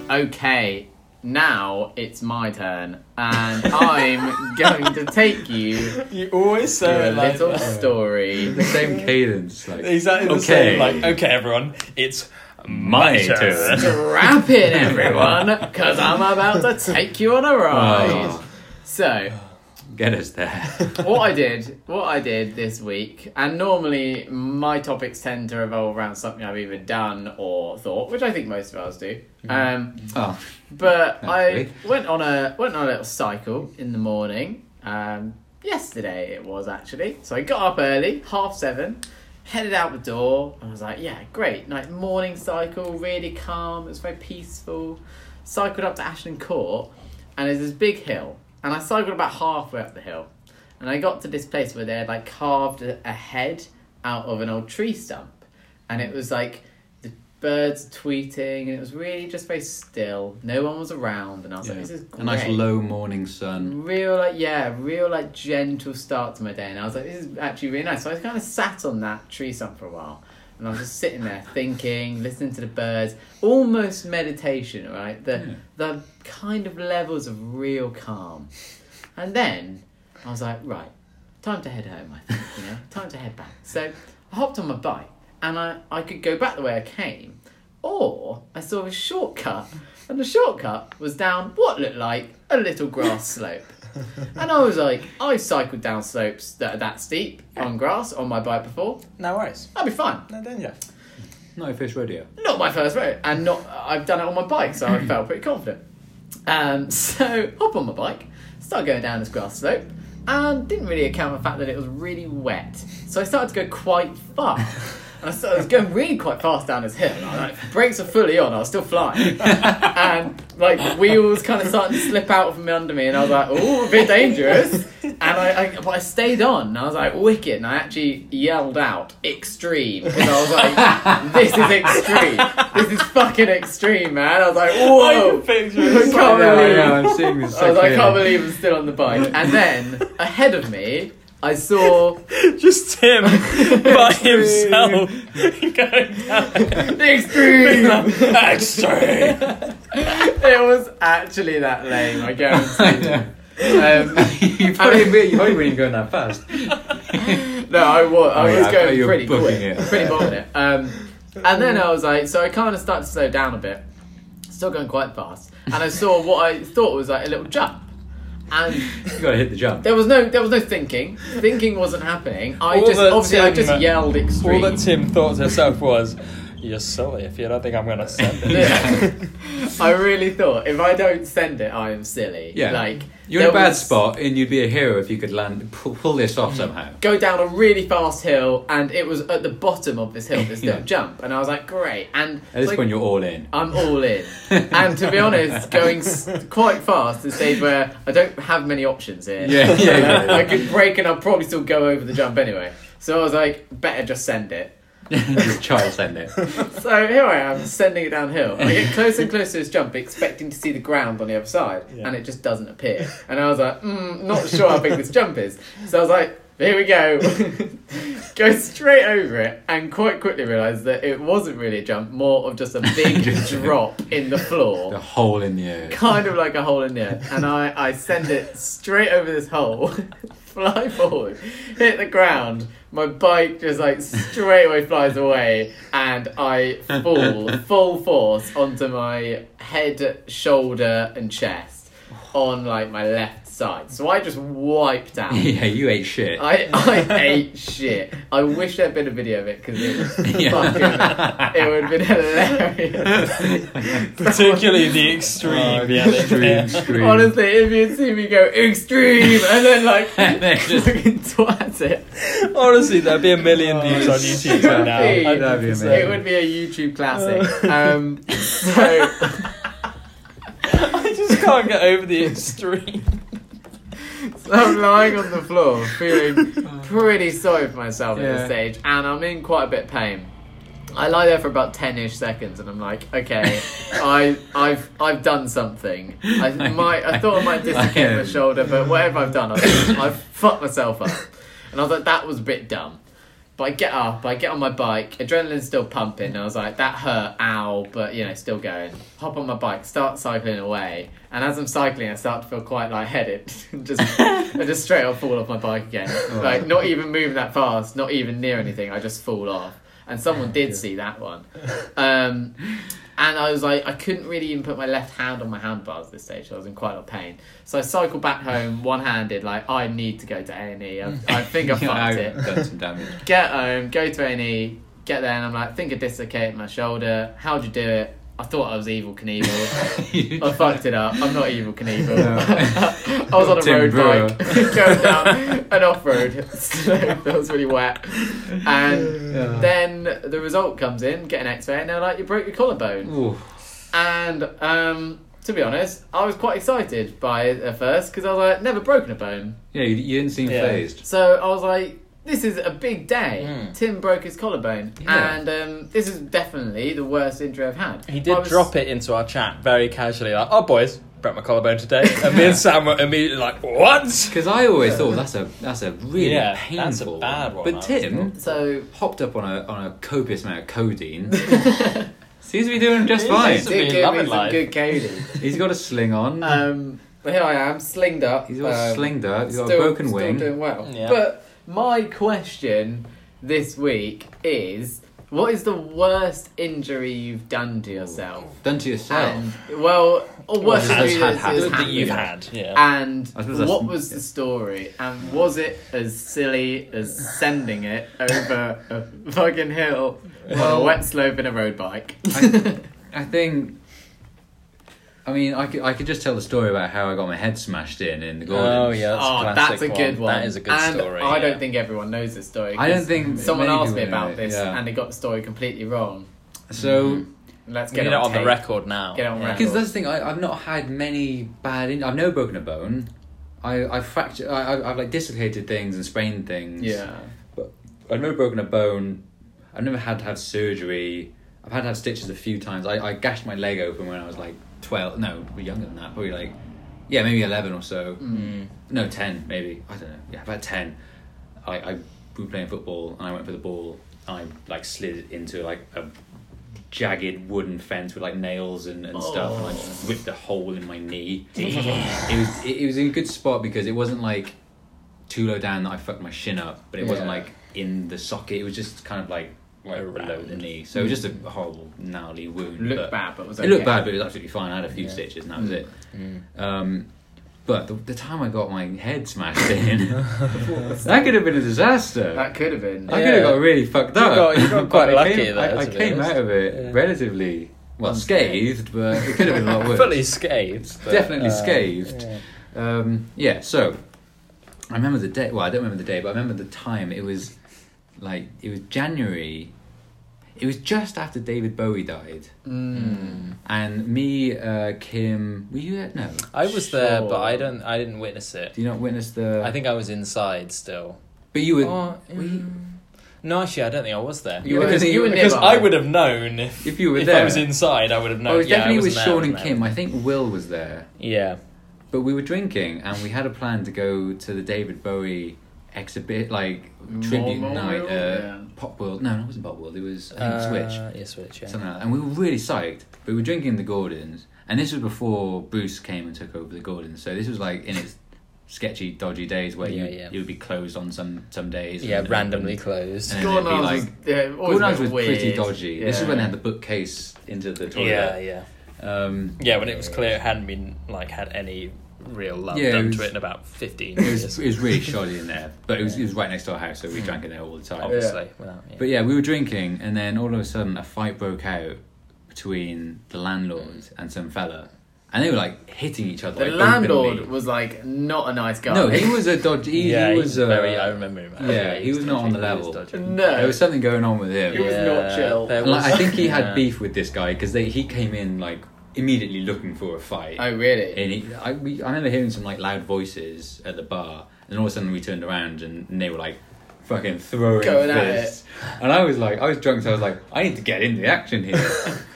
C: Okay, now it's my turn, and I'm going to take you
E: you always
C: through a little story.
D: The same cadence. Like
E: exactly the
D: okay,
E: same like okay everyone it's
D: my
E: turn.
D: turn.
C: Strap in, everyone, because I'm about to take you on a ride.
D: Oh,
C: So,
D: get us there.
C: what I did, what I did this week, and normally my topics tend to revolve around something I've either done or thought, which I think most of us do. Um,
D: Oh,
C: But I
D: Thankfully.
C: went on a went on a little cycle in the morning. Um, yesterday it was actually. So I got up early, half seven, headed out the door, and was like, "Yeah, great, nice morning cycle, really calm. It was very peaceful." Cycled up to Ashton Court, and there's this big hill, and I cycled about halfway up the hill, and I got to this place where they had like carved a a head out of an old tree stump, and it was like the birds tweeting, and it was really just very still. No one was around, and I was
D: yeah.
C: like, "This is great."
D: a nice low morning sun.
C: real like yeah real like gentle start to my day and i was like this is actually really nice so i kind of sat on that tree stump for a while and i was just sitting there thinking listening to the birds almost meditation right the the kind of levels of real calm and then i was like right time to head home i think you know time to head back so i hopped on my bike and i i could go back the way i came or I saw a shortcut, and the shortcut was down what looked like a little grass slope. And I was like, I've cycled down slopes that are that steep on grass on my bike before.
E: no worries
C: I'll be fine.
E: no danger
D: No fish rodeo.
C: Not my first row, and not I've done it on my bike, so I felt pretty confident. Um, so hop on my bike, start going down this grass slope, and didn't really account for the fact that it was really wet. So I started to go quite fast. And I, started, I was going really quite fast down this hill. And I, like, brakes were fully on. I was still flying, and like wheels kind of starting to slip out from under me. And I was like, "Oh, a bit dangerous." And I, I, but I stayed on. And I was like, "Wicked!" And I actually yelled out, "Extreme!" Because I was like, "This is extreme. This is fucking extreme, man." I was like, "Whoa!" I can't believe-
D: I'm seeing this.
C: I
D: so
C: was like, I can't
D: clearly.
C: believe I'm still on the bike. And then ahead of me, I saw
E: just him by himself going down
C: the extreme.
E: extreme
C: it was actually that lame. I guarantee. Um,
D: you probably, you probably weren't going that fast.
C: no, I was. I
D: Oh, yeah,
C: was
D: I thought
C: going
D: you were
C: pretty
D: booking
C: quick,
D: it.
C: pretty bombing it. Um, and then I was like, so I kind of started to slow down a bit. Still going quite fast, and I saw what I thought was like a little jump, and
D: You gotta hit the jump.
C: there was no there was no thinking. Thinking wasn't happening. I
E: All
C: just
E: that
C: obviously I just
E: Tim-
C: yelled extreme.
E: All that Tim thought to herself was, "You're silly if you don't think I'm gonna send it."
C: Yeah. I really thought if I don't send it, I am silly.
D: Yeah.
C: like
D: You're in a
C: there
D: bad
C: was- Mm.
D: spot, and you'd be a hero if you could land pull, pull this off somehow.
C: Go down a really fast hill, and it was at the bottom of this hill, this
D: Yeah.
C: little jump, and I was like, great. And
D: At this
C: like,
D: point, you're all in.
C: I'm all in. and to be honest, going s- quite fast to the stage where I don't have many options here.
D: Yeah, yeah, yeah, yeah.
C: I could break, and I'll probably still go over the jump anyway. So I was like, better just send it.
D: Just try and send it.
C: So here I am, sending it downhill. I get closer and closer to this jump, expecting to see the ground on the other side, and it just doesn't appear. And I was like, mm, not sure how big this jump is. So I was like, here we go. go straight over it, and quite quickly realised that it wasn't really a jump, more of just a big drop in the floor
D: The hole in the earth.
C: kind of like a hole in there. And I, I send it straight over this hole, fly forward, hit the ground. My bike just like straight away flies away, and I fall full force onto my head, shoulder, and chest on like my left side. So I just wiped out.
D: yeah, you ate shit.
C: I, I ate shit. I wish there'd been a video of it because it was
D: Yeah.
C: fucking. It would have been hilarious.
E: Particularly the extreme
D: Oh,
E: yelling.
D: Extreme,
E: Yeah.
D: extreme.
C: Honestly, if you'd see me go extreme and then like
D: And then just-
C: fucking twat it,
E: Honestly, there'd be a million
D: Oh,
E: views on YouTube
C: it would
E: right now.
C: be-
D: That'd be
E: 100%.
C: it would be a YouTube classic. Um, so
E: I just can't get over the extreme.
C: So I'm lying on the floor, feeling pretty sorry for myself at this
D: Yeah.
C: stage, and I'm in quite a bit of pain. I lie there for about ten-ish seconds, and I'm like, okay, I, I've, I've done something. I might, I thought I might dislocate my shoulder, but whatever I've done, I've, I've fucked myself up. And I was like, that was a bit dumb. But I get up, I get on my bike, adrenaline's still pumping, and I was like, that hurt, ow, but you know, still going. Hop on my bike, start cycling away, and as I'm cycling, I start to feel quite lightheaded. just, I just straight off fall off my bike again. Like, not even moving that fast, not even near anything, I just fall off. And someone did see that one. Um, and I was like, I couldn't really even put my left hand on my handbars at this stage. So I was in quite a lot of pain. So I cycled back home, one-handed. Like I need to go to A and E. I I think I
D: Yeah,
C: fucked it
D: I've done some damage.
C: get home, go to any, get there, and I'm like, think I dislocated my shoulder. How'd you do it? I thought I was evil Knievel. I fucked it up. I'm not evil Knievel.
D: No.
C: I was on a
D: Tim
C: road
D: Brewer.
C: bike going down an off road. So that was really wet. And
D: Yeah.
C: then the result comes in, get an x ray, and they're like, you broke your collarbone.
D: Ooh.
C: And um, to be honest, I was quite excited by it at first because I was like, never broken a bone.
D: Yeah, you, you didn't seem
E: Yeah.
D: phased.
C: So I was like, this is a big day.
E: Mm.
C: Tim broke his collarbone.
D: Hmm. Yeah.
C: And um, this is definitely the worst injury I've had.
E: He did drop it into our chat very casually, like, "Oh, boys, broke my collarbone today," and me and Sam were immediately like, "What?"
D: Because I always thought that's a that's a really
E: Yeah,
D: painful.
E: that's a bad one,
D: But
E: I
D: Tim
C: So.
D: hopped up on a on a copious amount of codeine. Seems to be doing just fine.
C: He
E: It's a bit
C: did give me
E: loving
C: some
E: life.
C: good coding.
D: He's got a sling on.
C: Um, but here I am, slinged up.
D: he's all
C: um,
D: slinged up. He's got
C: still-
D: a broken
C: still
D: wing.
C: doing well.
E: Yeah.
C: But my question this week is what is the worst injury you've done to yourself?
D: Done to yourself.
C: And, well, or worst
D: has
C: injury
D: had
C: that's- that's
D: happened.
E: That
C: happened.
E: you've had, yeah.
C: And
D: I suppose that's-
C: what was the story? And was it as silly as sending it over a fucking hill on a
D: Well-
C: wet slope in a road bike?
D: I- I think. I mean, I could, I could just tell the story about how I got my head smashed in in the Gardens.
E: that's
C: oh, that's a good one.
E: That is a good
C: and
E: story.
C: I
E: yeah.
C: don't think everyone knows this story.
D: I don't
C: 'cause
D: think
C: someone
D: many
C: asked me
D: people know
C: about
D: it,
C: this
D: yeah.
C: and they got the story completely wrong.
D: So,
C: Let's
E: get it
C: get it
E: on the
C: tape.
E: record now.
C: Get it on
E: Yeah.
C: record.
D: because that's the thing, I, I've not had many bad. In- I've never broken a bone. I I fractured. I, I've, I've like dislocated things and sprained things.
C: Yeah.
D: I've never broken a bone. I've never had to have surgery. I've had to have stitches a few times. I, I gashed my leg open when I was like 12. No, younger than that. Probably like, yeah, maybe 11 or so.
E: Mm.
D: No, 10 maybe. I don't know. Yeah, about 10. I, I we were playing football and I went for the ball and I like slid into like a jagged wooden fence with like nails and, and stuff and I just ripped a hole in my knee. it was it, it was in a good spot because it wasn't like too low down that I fucked my shin up, but it wasn't
C: Yeah.
D: like in the socket. It was just kind of like right below
E: Around.
D: the knee. So it was just a horrible gnarly wound.
C: Looked
D: but-
C: bad, but was
D: it looked
C: okay.
D: bad, but it was absolutely fine. I had a few stitches, and that
E: Mm.
D: was it. Um, but the, the time I got my head smashed in, that could have been a disaster.
C: That could have been.
D: I could have
E: Yeah.
D: got really fucked
E: You
D: up.
E: got- you
D: But
E: got quite
D: I
E: lucky
D: came,
E: there,
D: I, I
E: to be
D: came
E: honest.
D: out of it
E: Yeah.
D: relatively well, scathed, but it could have been a lot worse.
E: Fully scathed. but,
D: Definitely
E: uh,
D: scathed. Um, yeah, so I remember the day. Well, I don't remember the day, but I remember the time. It was like it was January. It was just after David Bowie died,
C: Mm.
D: and me, uh, Kim. Were you there? No.
E: I was there, but
C: Sure.
E: I don't. I didn't witness it.
D: Do you not witness the?
E: I think I was inside still.
D: But you were.
E: Oh,
D: were you-
E: No, actually, I don't think I was there.
D: You were-
E: because
D: you were
E: because
C: nearby.
E: I would have known if,
D: If you were
E: if
D: there.
E: I was inside, I would have known.
D: I Oh, was
E: yeah,
D: definitely with
E: wasn't there,
D: Sean and
E: wasn't
D: Kim. I think Will was there,
E: there. Yeah.
D: but we were drinking and we had a plan to go to the David Bowie exhibit, like tribute
C: Memorial?
D: night at
C: Yeah.
D: Pop World. No, no, it wasn't Pop World. It was I think
E: Uh,
D: Switch.
E: Yeah, Switch. Yeah.
D: something like that. And we were really psyched. We were drinking the Gordons, and this was before Bruce came and took over the Gordons. So this was like in its sketchy, dodgy days where
E: Yeah,
D: you
E: yeah.
D: it would be closed on some some days.
E: Yeah,
D: and-
E: randomly
D: and-
E: closed.
D: and then it'd be
C: Gordon's
D: like-
C: was, yeah, always a
D: Gordon's
C: bit
D: was
C: weird.
D: pretty dodgy. This is when they
C: Yeah.
D: had the bookcase into the
E: Yeah,
D: toilet.
E: yeah.
D: Um,
E: Yeah, when it was clear it hadn't been like had any real love
D: Yeah, it
E: done
D: was-
E: to it in about 15
D: It was,
E: years,
D: it was really shoddy in there, but it was, it was right next to our house,
E: Hmm.
D: so we drank in there all the time.
E: obviously. Without, yeah.
D: But yeah, we were drinking, and then all of a sudden, a fight broke out between the landlord and some fella, and they were like hitting each other.
C: The
D: like,
C: landlord
D: openly.
C: was like not a nice guy.
D: No, he was a dodgy. He,
E: yeah,
D: he
E: he
D: was,
E: was
D: uh,
E: very. I remember him. actually.
D: yeah, he was not on the level.
E: dodgy.
C: no.
D: There was something going on with him.
C: He was not chill.
E: there
D: And, like, I
E: was-
D: think he had
E: yeah.
D: beef with this guy because he came in like immediately looking for a fight.
C: Oh really?
D: And he, I, we, I remember hearing some like loud voices at the bar, and all of a sudden we turned around and, and they were like fucking throwing
C: Going at it.
D: fists. And I was like, I was drunk, so I was like, I need to get into the action here.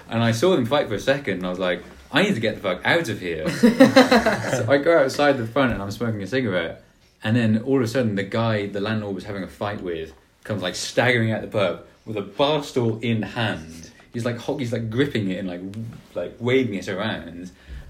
D: and I saw them fight for a second, and I was like, I need to get the fuck out of here. so I go outside the front and I'm smoking a cigarette, and then all of a sudden the guy the landlord was having a fight with comes like staggering out the pub with a bar stool in hand. He's like ho- he's like gripping it and like w- like waving it around.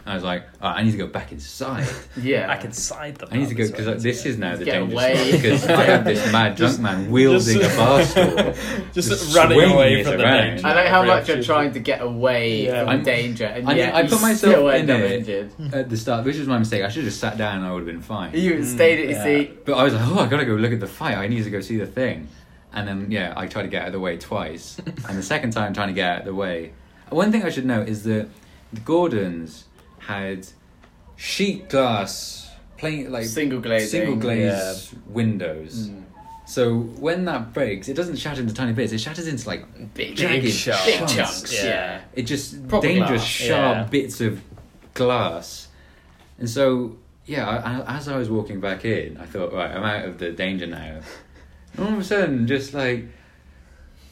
D: And I was like, "Ah, I need to go back inside.
C: yeah.
E: back inside the.
D: I need to
E: pub
D: go
E: as
D: because
E: well,
D: this is now the
C: Get
D: dangerous
C: away.
D: part because I have this mad drunk man wielding
E: just-
D: a bar stool.
E: just,
D: just
E: running
D: swinging
E: away
D: it
E: from the
D: around.
E: danger.
C: I know how
E: Yeah,
C: much you're
E: she's-
C: trying to get away
E: Yeah.
C: from
D: I'm-
C: danger, and
D: I,
C: yet
D: I
C: you
D: put
C: still
D: myself
C: end
D: in
C: up
D: it
C: injured.
D: at the start. This was my mistake. I should have just sat down. and I would have been fine.
E: Hmm.
C: You stayed at your
E: yeah.
C: seat.
D: But I was like, oh, I gotta go look at the fight. I need to go see the thing. And then, yeah, I tried to get out of the way twice. and the second time, trying to get out of the way. One thing I should note is that the Gordons had sheet glass, plain, like
C: Single glazing. Hmm.
D: single glazed windows. So when that breaks, it doesn't shatter into tiny bits. It shatters into like
C: Big,
D: jagged
C: big
D: chunks.
C: chunks. Yeah.
D: It just
C: Proper
D: dangerous,
C: glass,
D: sharp
E: yeah.
D: bits of glass. And so, yeah, I, I, as I was walking back in, I thought, right, I'm out of the danger now. And all of a sudden, just like,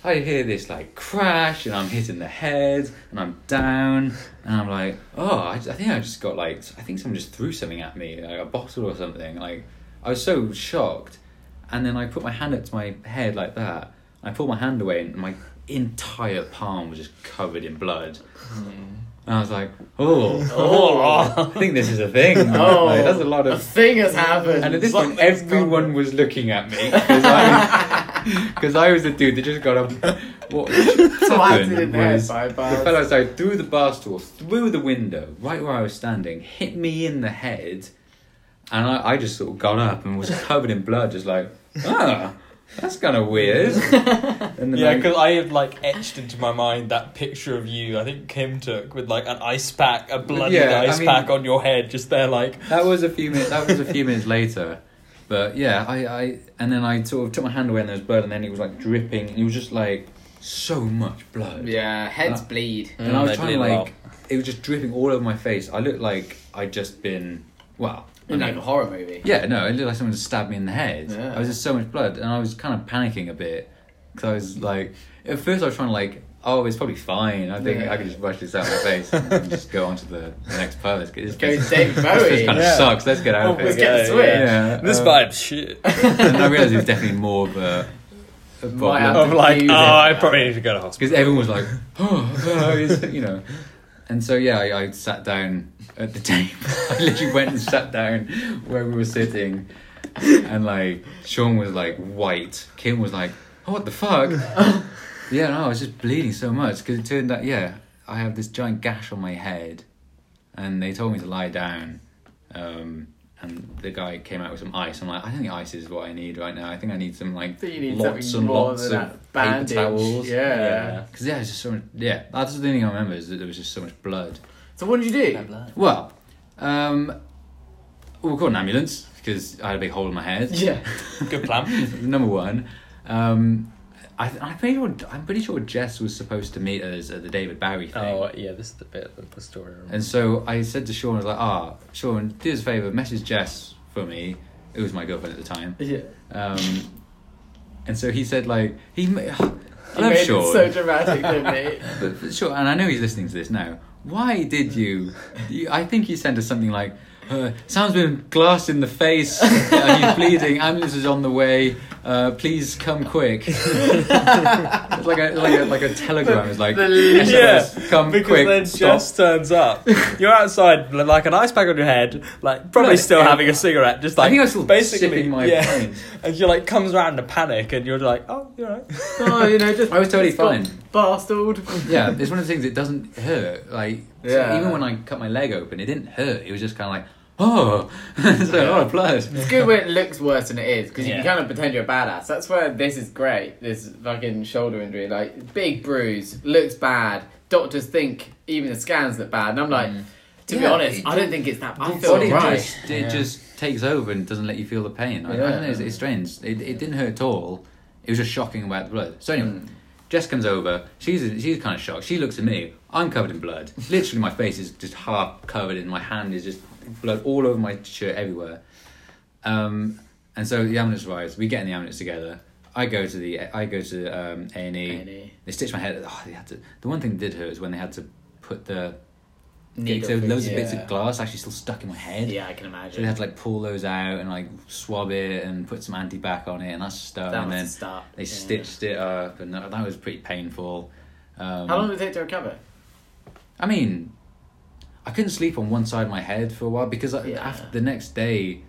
D: I hear this like crash, and I'm hitting the head, and I'm down, and I'm like, oh, I, I think I just got like, I think someone just threw something at me, like a bottle or something. Like, I was so shocked. And then I put my hand up to my head like that. I pulled my hand away, and my entire palm was just covered in blood. And I was like, oh,
E: Oh,
D: I think this is a thing.
C: Oh.
D: Like, that's a lot
C: A
D: of.
C: thing has happened.
D: And at this point,
C: Something's
D: everyone
C: gone.
D: was looking at me because I, 'cause I was the dude that just got up. What
C: Planted in
D: happened
C: the head
D: was
C: by a
D: the
C: bus.
D: fellow outside threw the bar stool through the window right where I was standing, hit me in the head, and I, I just sort of got up and was covered in blood, just like, ah, that's kind of weird. And then
E: Yeah,
D: I-
E: because I have like etched into my mind that picture of you. I think Kim took with like an ice pack, a bloody
D: Yeah, I
E: ice
D: mean-
E: pack on your head, just there, like
D: that was a few minutes. That was a few minutes later. But yeah, I, I and then I sort of took my hand away and there was blood, and then it was like dripping, and it was just like so much blood.
C: Yeah, heads
D: Uh,
C: bleed.
D: And I was
E: they
D: trying to
E: bleed a lot.
D: like, it was just dripping all over my face. I looked like I'd just been well. I
C: In like a
D: mean,
C: horror movie.
D: yeah, no, it looked like someone just stabbed me in the head.
C: Yeah.
D: I was just so much blood, and I was kind of panicking a bit because I was like, at first I was trying to like, oh, it's probably fine. I think
C: Yeah.
D: I could just brush this out of my face and just go on to the, the next part. Let's get this
C: Go
D: place,
C: to David
D: this
C: Bowie.
D: place kind of
E: Yeah.
D: sucks. Let's get out of
E: Oh,
D: here.
C: Let's get the
E: Yeah,
C: switch.
E: yeah.
D: Yeah,
E: this
D: uh,
E: vibe's shit.
D: and I realised it was definitely more of a, a
C: Might
D: problem.
C: have
E: Of like,
C: confusing.
E: oh, I probably need to go to
D: because
E: hospital.
D: everyone was like, oh, oh, it's- you know. And so yeah, I, I sat down at the table. I literally went and sat down where we were sitting, and like Sean was like white, Kim was like, oh what the fuck? yeah, no, I was just bleeding so much because it turned out yeah, I have this giant gash on my head, and they told me to lie down. Um, and the guy came out with some ice. I'm like, I don't think ice is what I need right now. I think I need some like
C: I think you need
D: lots
C: something
D: and
C: more
D: lots
C: than
D: of
C: that
D: paper
C: bandage.
D: towels.
C: Yeah.
D: Because yeah, it was just so much. Yeah, that's the only thing I remember is that there was just so much blood.
C: So what did you do?
D: Well, um, we called an ambulance because I had a big hole in my head.
C: Yeah.
E: Good plan.
D: Number one, um, I, I'm pretty sure I'm pretty sure Jess was supposed to meet us at the David Bowie thing.
E: oh yeah, this is the bit of the story.
D: And so I said to Sean, I was like, ah, Sean, do us a favour, message Jess for me. It was my girlfriend at the time.
C: Yeah.
D: Um, and so he said, like, he. ma- I
C: You
D: love
C: made
D: Sean.
C: it so dramatic, didn't it?
D: But, but sure, and I know he's listening to this now. Why did you? you I think you sent us something like, uh, "Sam's been glassed in the face. Uh, he's bleeding. Ambulance is on the way. Uh, please come quick." it's like a like a like a telegram. It's like,
C: The least-
D: "SOS, come
E: because
D: quick."
E: then
D: stop."
E: Jess turns up. You're outside, li- like an ice pack on your head, like probably
D: No,
E: still
D: yeah.
E: having a cigarette, just
D: I
E: like
D: think I was still
E: basically
D: sipping my
E: yeah.
D: pint.
E: And she like comes around in a panic, and you're like, oh, you're right.
C: oh, you know, just
D: I was totally
C: just got
D: fine.
C: Bastard.
D: Yeah, it's one of the things. It doesn't hurt. Like so
C: Yeah.
D: even when I cut my leg open, it didn't hurt. It was just kind of like, oh, so oh, blood.
C: It's good when it looks worse than it is because you
E: Yeah.
C: can kind of pretend you're a badass. That's where this is great. This fucking shoulder injury, like big bruise, looks bad. Doctors think even the scans look bad, and I'm like, to be
D: Mm. Yeah,
C: honest,
D: it-
C: I don't think it's that. I
D: Your
C: feel
D: body
C: right.
D: Just, it just takes over and doesn't let you feel the pain. I, I
C: Yeah.
D: don't know. It's, it's strange. It, it didn't hurt at all. It was just shocking about the blood. So anyway, Jess comes over. She's she's kind of shocked. She looks at me. I'm covered in blood. Literally, my face is just half covered, and my hand is just blood all over my shirt everywhere. Um, and so the ambulance arrives. We get in the ambulance together. I go to the I go to um, A and
C: A&E.
D: E. They stitch my head. Oh, they had to. The one thing that did hurt is when they had to put the
C: Needle
D: so
C: thing,
D: loads of bits
E: yeah.
D: of glass actually still stuck in my head.
C: Yeah, I can
D: So they
C: imagine.
D: had to like pull those out and like swab it and put some anti back on it and that stuff.
C: That
D: and
C: was
D: then
C: the start.
D: they
C: yeah.
D: stitched it up and that, that was pretty painful. Um,
C: How long did it take to recover?
D: I mean, I couldn't sleep on one side of my head for a while because I,
C: Yeah.
D: after the next day,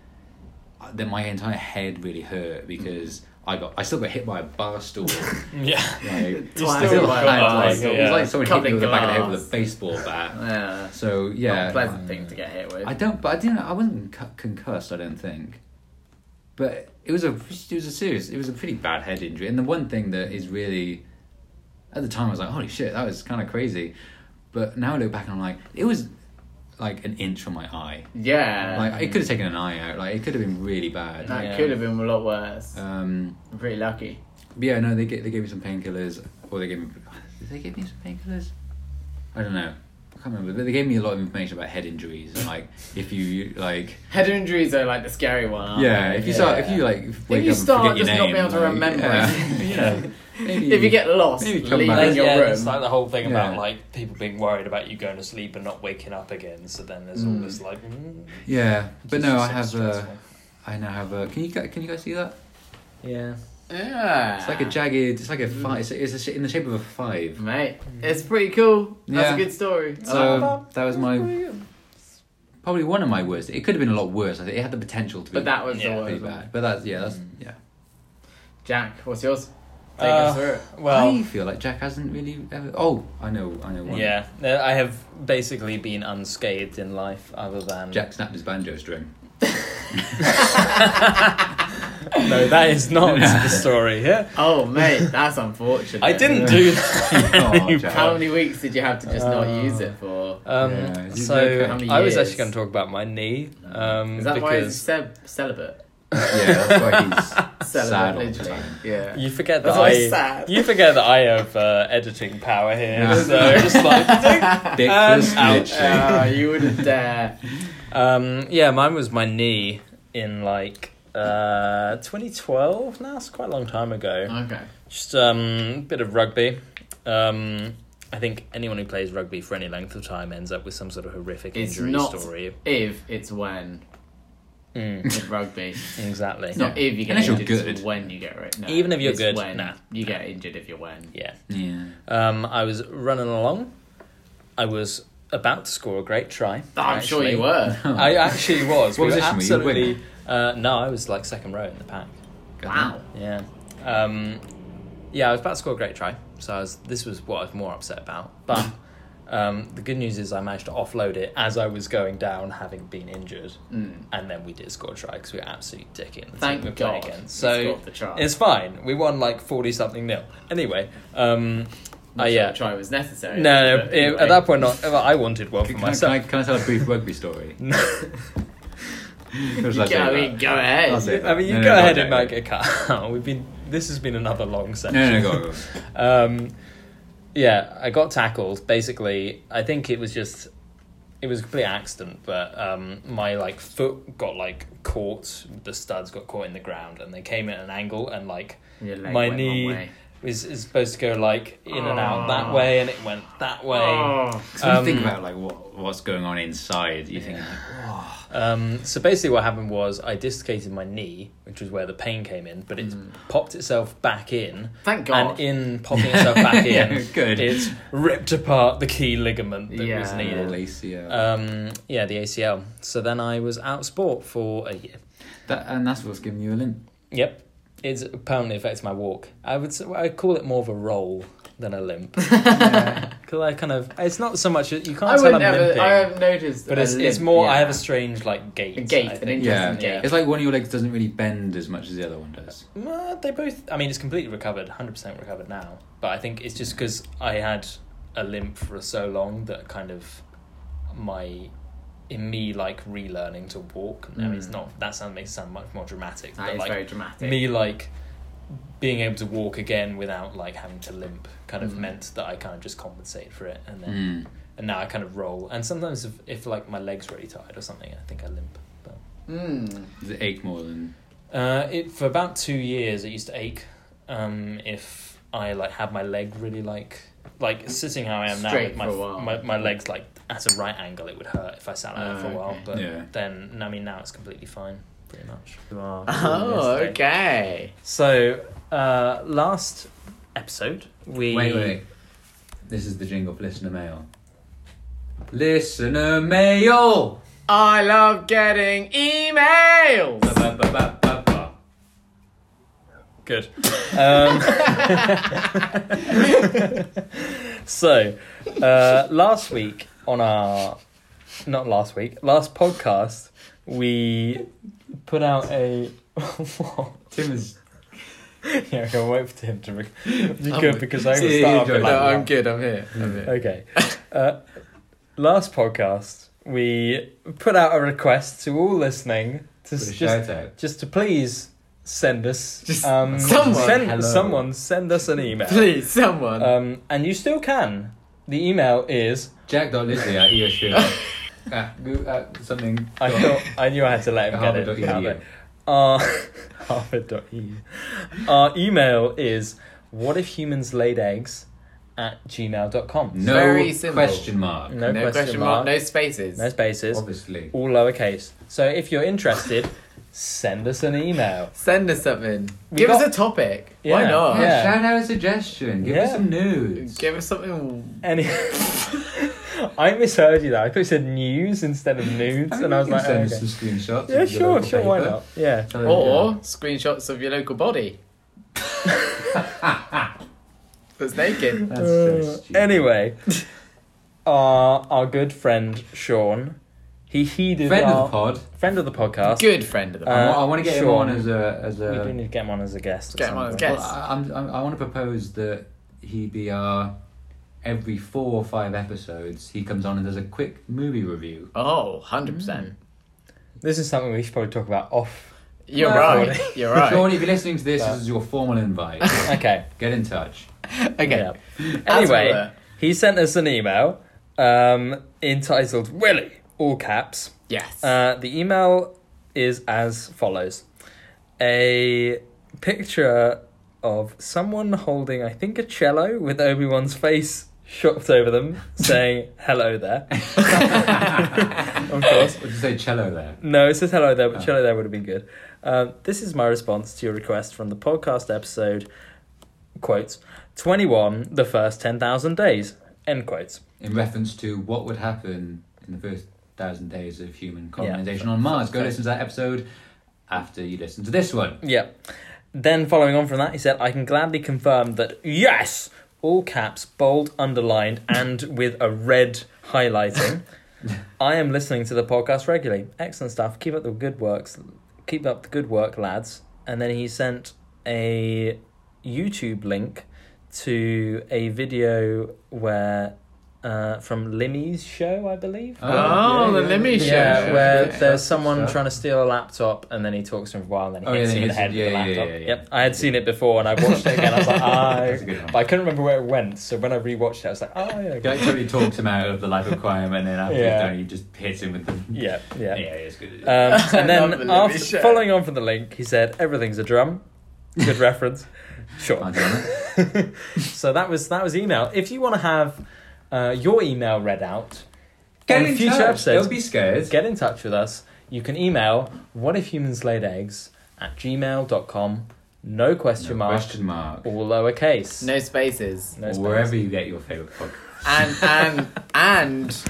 D: uh, then my entire head really hurt because I got I still got hit by a bar stool.
E: Yeah.
D: like,
C: Twice.
D: I still got
C: Twice.
D: had, like,
E: Yeah.
D: It was like someone hit
C: Covered
D: me
C: in
D: with the back of the head
C: glass.
D: with a baseball bat.
C: Yeah,
D: So
C: not
D: yeah,
C: a pleasant thing to get hit with.
D: I don't, but I didn't. I wasn't cu- concussed. I don't think. But it was a it was a serious. It was a pretty bad head injury, and the one thing that is really, at the time, I was like, "Holy shit, that was kind of crazy," but now I look back and I'm like, it was like an inch from my eye.
C: yeah,
D: Like it could have taken an eye out. Like it could have been really bad.
C: that
E: yeah.
C: could have been a lot worse.
D: Um,
C: I'm pretty lucky.
D: but yeah, no, they ga- they gave me some painkillers, or they gave me did they give me some painkillers? I don't know. I can't remember, but they gave me a lot of information about head injuries and like if you like
C: Head injuries are like the scary one. Aren't
D: Yeah,
C: they?
D: if you start, if you like, wake
C: you
D: up and
C: start
D: forget your
C: just not
D: name,
C: being able to
D: like,
C: remember
D: yeah. yeah. Maybe-
C: if you get lost,
D: Maybe come
C: leaving
D: back.
C: your
E: yeah,
C: room.
E: it's like the whole thing about
D: Yeah.
E: like people being worried about you going to sleep and not waking up again. So then there's all this like, mm,
D: yeah, but
E: it's
D: no, I
E: so
D: have uh,
E: stressful.
D: a, I now have a. Can you gu- can you guys see that?
E: yeah,
C: yeah,
D: It's like a jagged. It's like a five. It's, it's a, sh- in the shape of a five.
C: mate. It's pretty cool. That's
D: Yeah.
C: a good story. Oh, I like that.
D: So that was my probably one of my worst. It could have been a lot worse. I think it had the potential to be
C: but that was
E: Yeah,
C: the
D: pretty
C: worst. one.
D: bad. But that's yeah, that's yeah.
C: Jack, what's yours? Take
E: Uh,
C: us through it.
E: well,
D: I feel like Jack hasn't really ever. Oh, I know, I know one.
E: Yeah, no, I have basically been unscathed in life, other than
D: Jack snapped his banjo string.
E: No, that is not the story. Yeah,
C: Oh, mate, that's unfortunate.
E: I didn't do that.
D: Oh, Jack.
C: How many weeks did you have to just not use it for?
E: Um,
D: Yeah, you
E: so
D: look
C: how many
E: I was
C: years?
E: actually going to talk about my knee. Um,
C: Is that why it's
E: because
C: ce- celibate?
D: Yeah, that's why he's
C: Celibate,
D: sad all the
C: literally.
D: time.
C: Yeah.
E: you forget that
C: That's
E: I
C: why it's sad.
E: you forget that I have uh, editing power here.
D: Yeah.
E: So just like
D: Dick
E: Um,
D: was
E: ouch.
D: literally-
C: Ah, you wouldn't dare.
E: um, yeah, mine was my knee in like uh 2012 now it's quite a long time ago
C: Okay.
E: Just um, bit of rugby. Um, I think anyone who plays rugby for any length of time ends up with some sort of horrific
C: It's
E: injury
C: not-
E: story.
C: If it's when
E: Mm,
C: with rugby, it's
E: exactly.
C: not if you get
D: Unless you're
C: injured. it's
D: good.
C: when you get it. No,
E: Even if you're
C: it's
E: good,
C: when
E: nah.
C: you get injured if you're when.
E: Yeah.
D: Yeah.
E: Um, I was running along. I was about to score a great try.
C: Oh, I'm sure
E: actually.
C: you were.
E: I actually was.
D: What
E: we were
D: position were you?
E: absolutely.
D: Winger?
E: uh, no, I was like second row in the pack.
C: Wow.
E: Yeah. Um, yeah, I was about to score a great try. So I was, this was what I was more upset about. But um, the good news is I managed to offload it as I was going down, having been injured. And then we did score a try because we were absolutely dicking. the
C: Thank
E: team we were playing
C: God we
E: Against. So
C: scored the try.
E: it's fine. We won like 40 something nil. Anyway, um,
C: Not
E: I,
C: sure
E: yeah.
C: the try was necessary.
E: No, no
C: but
E: it-
C: anyway.
E: at that point, not. well, I wanted one for
D: Can, I-
E: myself.
D: can I, can I tell a brief rugby story?
E: No.
D: Or should I
C: Go,
D: say
C: I
D: that?
C: mean, go ahead.
D: I'll say that.
E: I mean, you
D: No, no,
E: go
D: no,
E: ahead
D: no,
E: and
D: no.
E: make a cut. We've been. This has been another long session.
D: No, no, no, go, go.
E: um, yeah, I got tackled. Basically, I think it was just it was a complete accident, but um, my like foot got like caught. The studs got caught in the ground, and they came at an angle, and like
C: And your leg
E: my
C: went one
E: knee
C: way.
E: was is supposed to go like in and out that
C: Oh.
E: way, and it went that way.
C: Oh,
D: So when you think
E: Um,
D: about like what what's going on inside. You think
E: Um, so basically, what happened was I dislocated my knee, which was where the pain came in, but it
C: Mm.
E: popped itself back in.
C: Thank God.
E: And in popping itself back in,
D: Yeah, good.
E: it ripped apart the key ligament that was
C: Yeah.
E: needed.
D: Malaysia.
E: Um, yeah, the ACL. So then I was out of sport for a year.
D: that, and that's what's giving you a limp.
E: Yep, it's apparently affects my walk. I would s- I call it more of a roll than a limp.
C: I
E: Because I kind of, it's not so much, you can't tell I'm
C: wouldn't ever.
E: limping,
C: I have noticed.
E: but
C: a
E: it's, it's
C: limp,
E: more, I
C: yeah.
E: have a strange like gait.
C: A gait,
E: I
C: an
E: think.
D: Yeah.
C: Interesting game.
D: It's like one of your legs doesn't really bend as much as the other one does.
E: Well, they both. I mean, it's completely recovered, hundred percent recovered now. But I think it's just because I had a limp for so long that kind of my in me like relearning to walk. I mean, it's
C: Mm.
E: not that sound makes it sound much more dramatic.
C: That
E: but
C: is
E: like
C: very dramatic.
E: me like being able to walk again without like having to limp kind of
C: Mm.
E: meant that I kind of just compensate for it, and then
D: Mm.
E: and now I kind of roll. And sometimes if, if like my legs really tired or something, I think I limp. But
C: Mm.
D: Does it ache more than.
E: uh, it for about two years. It used to ache um, if I like had my leg really like like sitting how I am now.
C: Straight
E: With my,
C: for a while.
E: my my legs like at a right angle, it would hurt if I sat like that
C: Oh,
E: for a while.
C: okay.
E: But
D: Yeah.
E: then I mean now it's completely fine, pretty much.
C: Oh, okay.
E: So uh, last episode we
D: Wait, wait. This is the jingle for listener mail. Listener mail!
C: I love getting emails.
D: Ba-ba-ba-ba-ba.
E: Good. Um, so, uh, last week on our, not last week, last podcast, we put out a.
D: Tim is.
E: yeah, I can wait for him to. Re- you
C: I'm
E: good
C: with-
E: because I
D: Yeah,
E: was start
D: yeah,
E: up
D: yeah,
E: like
D: no,
E: that.
C: good. I'm here. I'm here.
E: Okay. Uh, last podcast, we put out a request to all listening to
D: Just,
E: s- just
D: shout out.
E: just to please send us
C: Just
E: um,
C: someone.
E: send,
D: Hello.
E: someone send us an email
C: Please, someone.
E: um, and you still can the email is
D: Jack.Lisley at E ESU. Ah, go- ah, something.
E: I thought I knew I had to let him get it Uh, out
D: Harvard.edu.
E: there. Our Harvard.edu. E Our email is what if humans laid eggs at gmail.com.
D: No
C: Very simple.
D: question mark.
E: no,
C: no
E: question, mark,
C: No spaces.
E: no spaces,
D: Obviously.
E: all lowercase. So if you're interested, send us an email.
C: Send us something.
E: We
C: Give
E: got-
C: us a topic. Why
E: Yeah.
C: not?
D: Yeah,
E: Yeah.
D: Oh, shout out a suggestion. Give us
E: Yeah.
D: some news.
C: Give us something.
E: Any- I misheard you there. I thought you said news instead of nudes, and I was
D: You can
E: like,
D: send
E: oh, okay.
D: us some screenshots.
E: yeah,
D: of your
E: sure,
D: local
E: sure, why
D: paper.
E: not? Yeah.
D: Tell us,
C: Or
D: yeah.
C: screenshots of your local body. That's naked.
D: That's so
E: Uh,
D: stupid.
E: anyway, our our good friend Sean, he heeded
D: friend
E: our
D: of the pod.
E: friend of the podcast.
C: Good friend of the
E: Uh,
D: I, want to get him
E: Sean.
D: on as a as
E: We do
D: a.
E: need to get him on as a guest. at
C: Get him
E: some
C: on as
E: point.
C: guest.
D: Well, I, I'm, I'm, I want to propose that he be our every four or five episodes. He comes on and does a quick movie review.
C: Oh, 100%.
E: This is something we should probably talk about off.
C: You're
E: Well-
C: right. You're right.
D: Sean, if you're listening to this, this is your formal invite.
E: Okay.
D: get in touch.
C: Okay.
E: yeah.
C: As we
E: Anyway,
C: were.
E: he sent us an email um, entitled Willie, all caps.
C: Yes.
E: Uh, the email is as follows a picture of someone holding, I think, a cello with Obi Wan's face shocked over them, saying, Hello there. of course.
D: What did you say, cello there?
E: No, it says hello there, but cello there would have been good. Um, this is my response to your request from the podcast episode, quotes, 21, the first 10,000 days, end quotes.
D: In reference to what would happen in the first thousand days of human colonization on Mars. Go listen to that episode after you listen to this one.
E: Yeah. Then following on from that, he said, I can gladly confirm that yes, all caps, bold, underlined, and with a red highlighting. I am listening to the podcast regularly. Excellent stuff. Keep up the good works. Keep up the good work, lads. And then he sent a YouTube link to a video where uh, from Limmy's show, I believe.
C: Oh, the Lemmy
D: yeah,
C: show.
E: Yeah,
D: yeah,
E: where
D: yeah.
E: there's someone
D: Stuff.
E: trying to steal a laptop, and then he talks to him for a while, and then he
D: Oh,
E: hits
D: yeah,
E: him in
D: he
E: the head
D: hits him.
E: with the
D: Yeah, yeah,
E: laptop.
D: yeah, yeah.
E: Yep, I had seen it before, and I watched it again. I was like,
D: That's a good
E: ah,
D: one.
E: but I couldn't remember where it went. So when I rewatched it, I was like, oh yeah,
D: He
E: okay.
D: like totally talks him out of the life of crime, and then after he's
E: Yeah.
D: done, he just hits him with the.
E: yeah, yeah.
D: yeah, it's good.
E: Um, and
C: Love the
E: then
C: Lemmy
E: after,
C: show.
E: following on from the link, he said, "Everything's a drum." Good reference. Sure.
D: Aren't you on it?
E: so that was that was email. If you want to have uh, your email read out,
D: Get
E: On
D: in
E: future
D: touch.
E: episodes-
D: Don't be scared.
E: get in touch with us. You can email whatifhumanslaideggs at gmail.com. No question
D: No
E: mark.
D: Question mark.
E: all lowercase.
C: no spaces.
E: No
D: Or
E: space.
D: wherever you get your favorite podcast.
C: And, and, and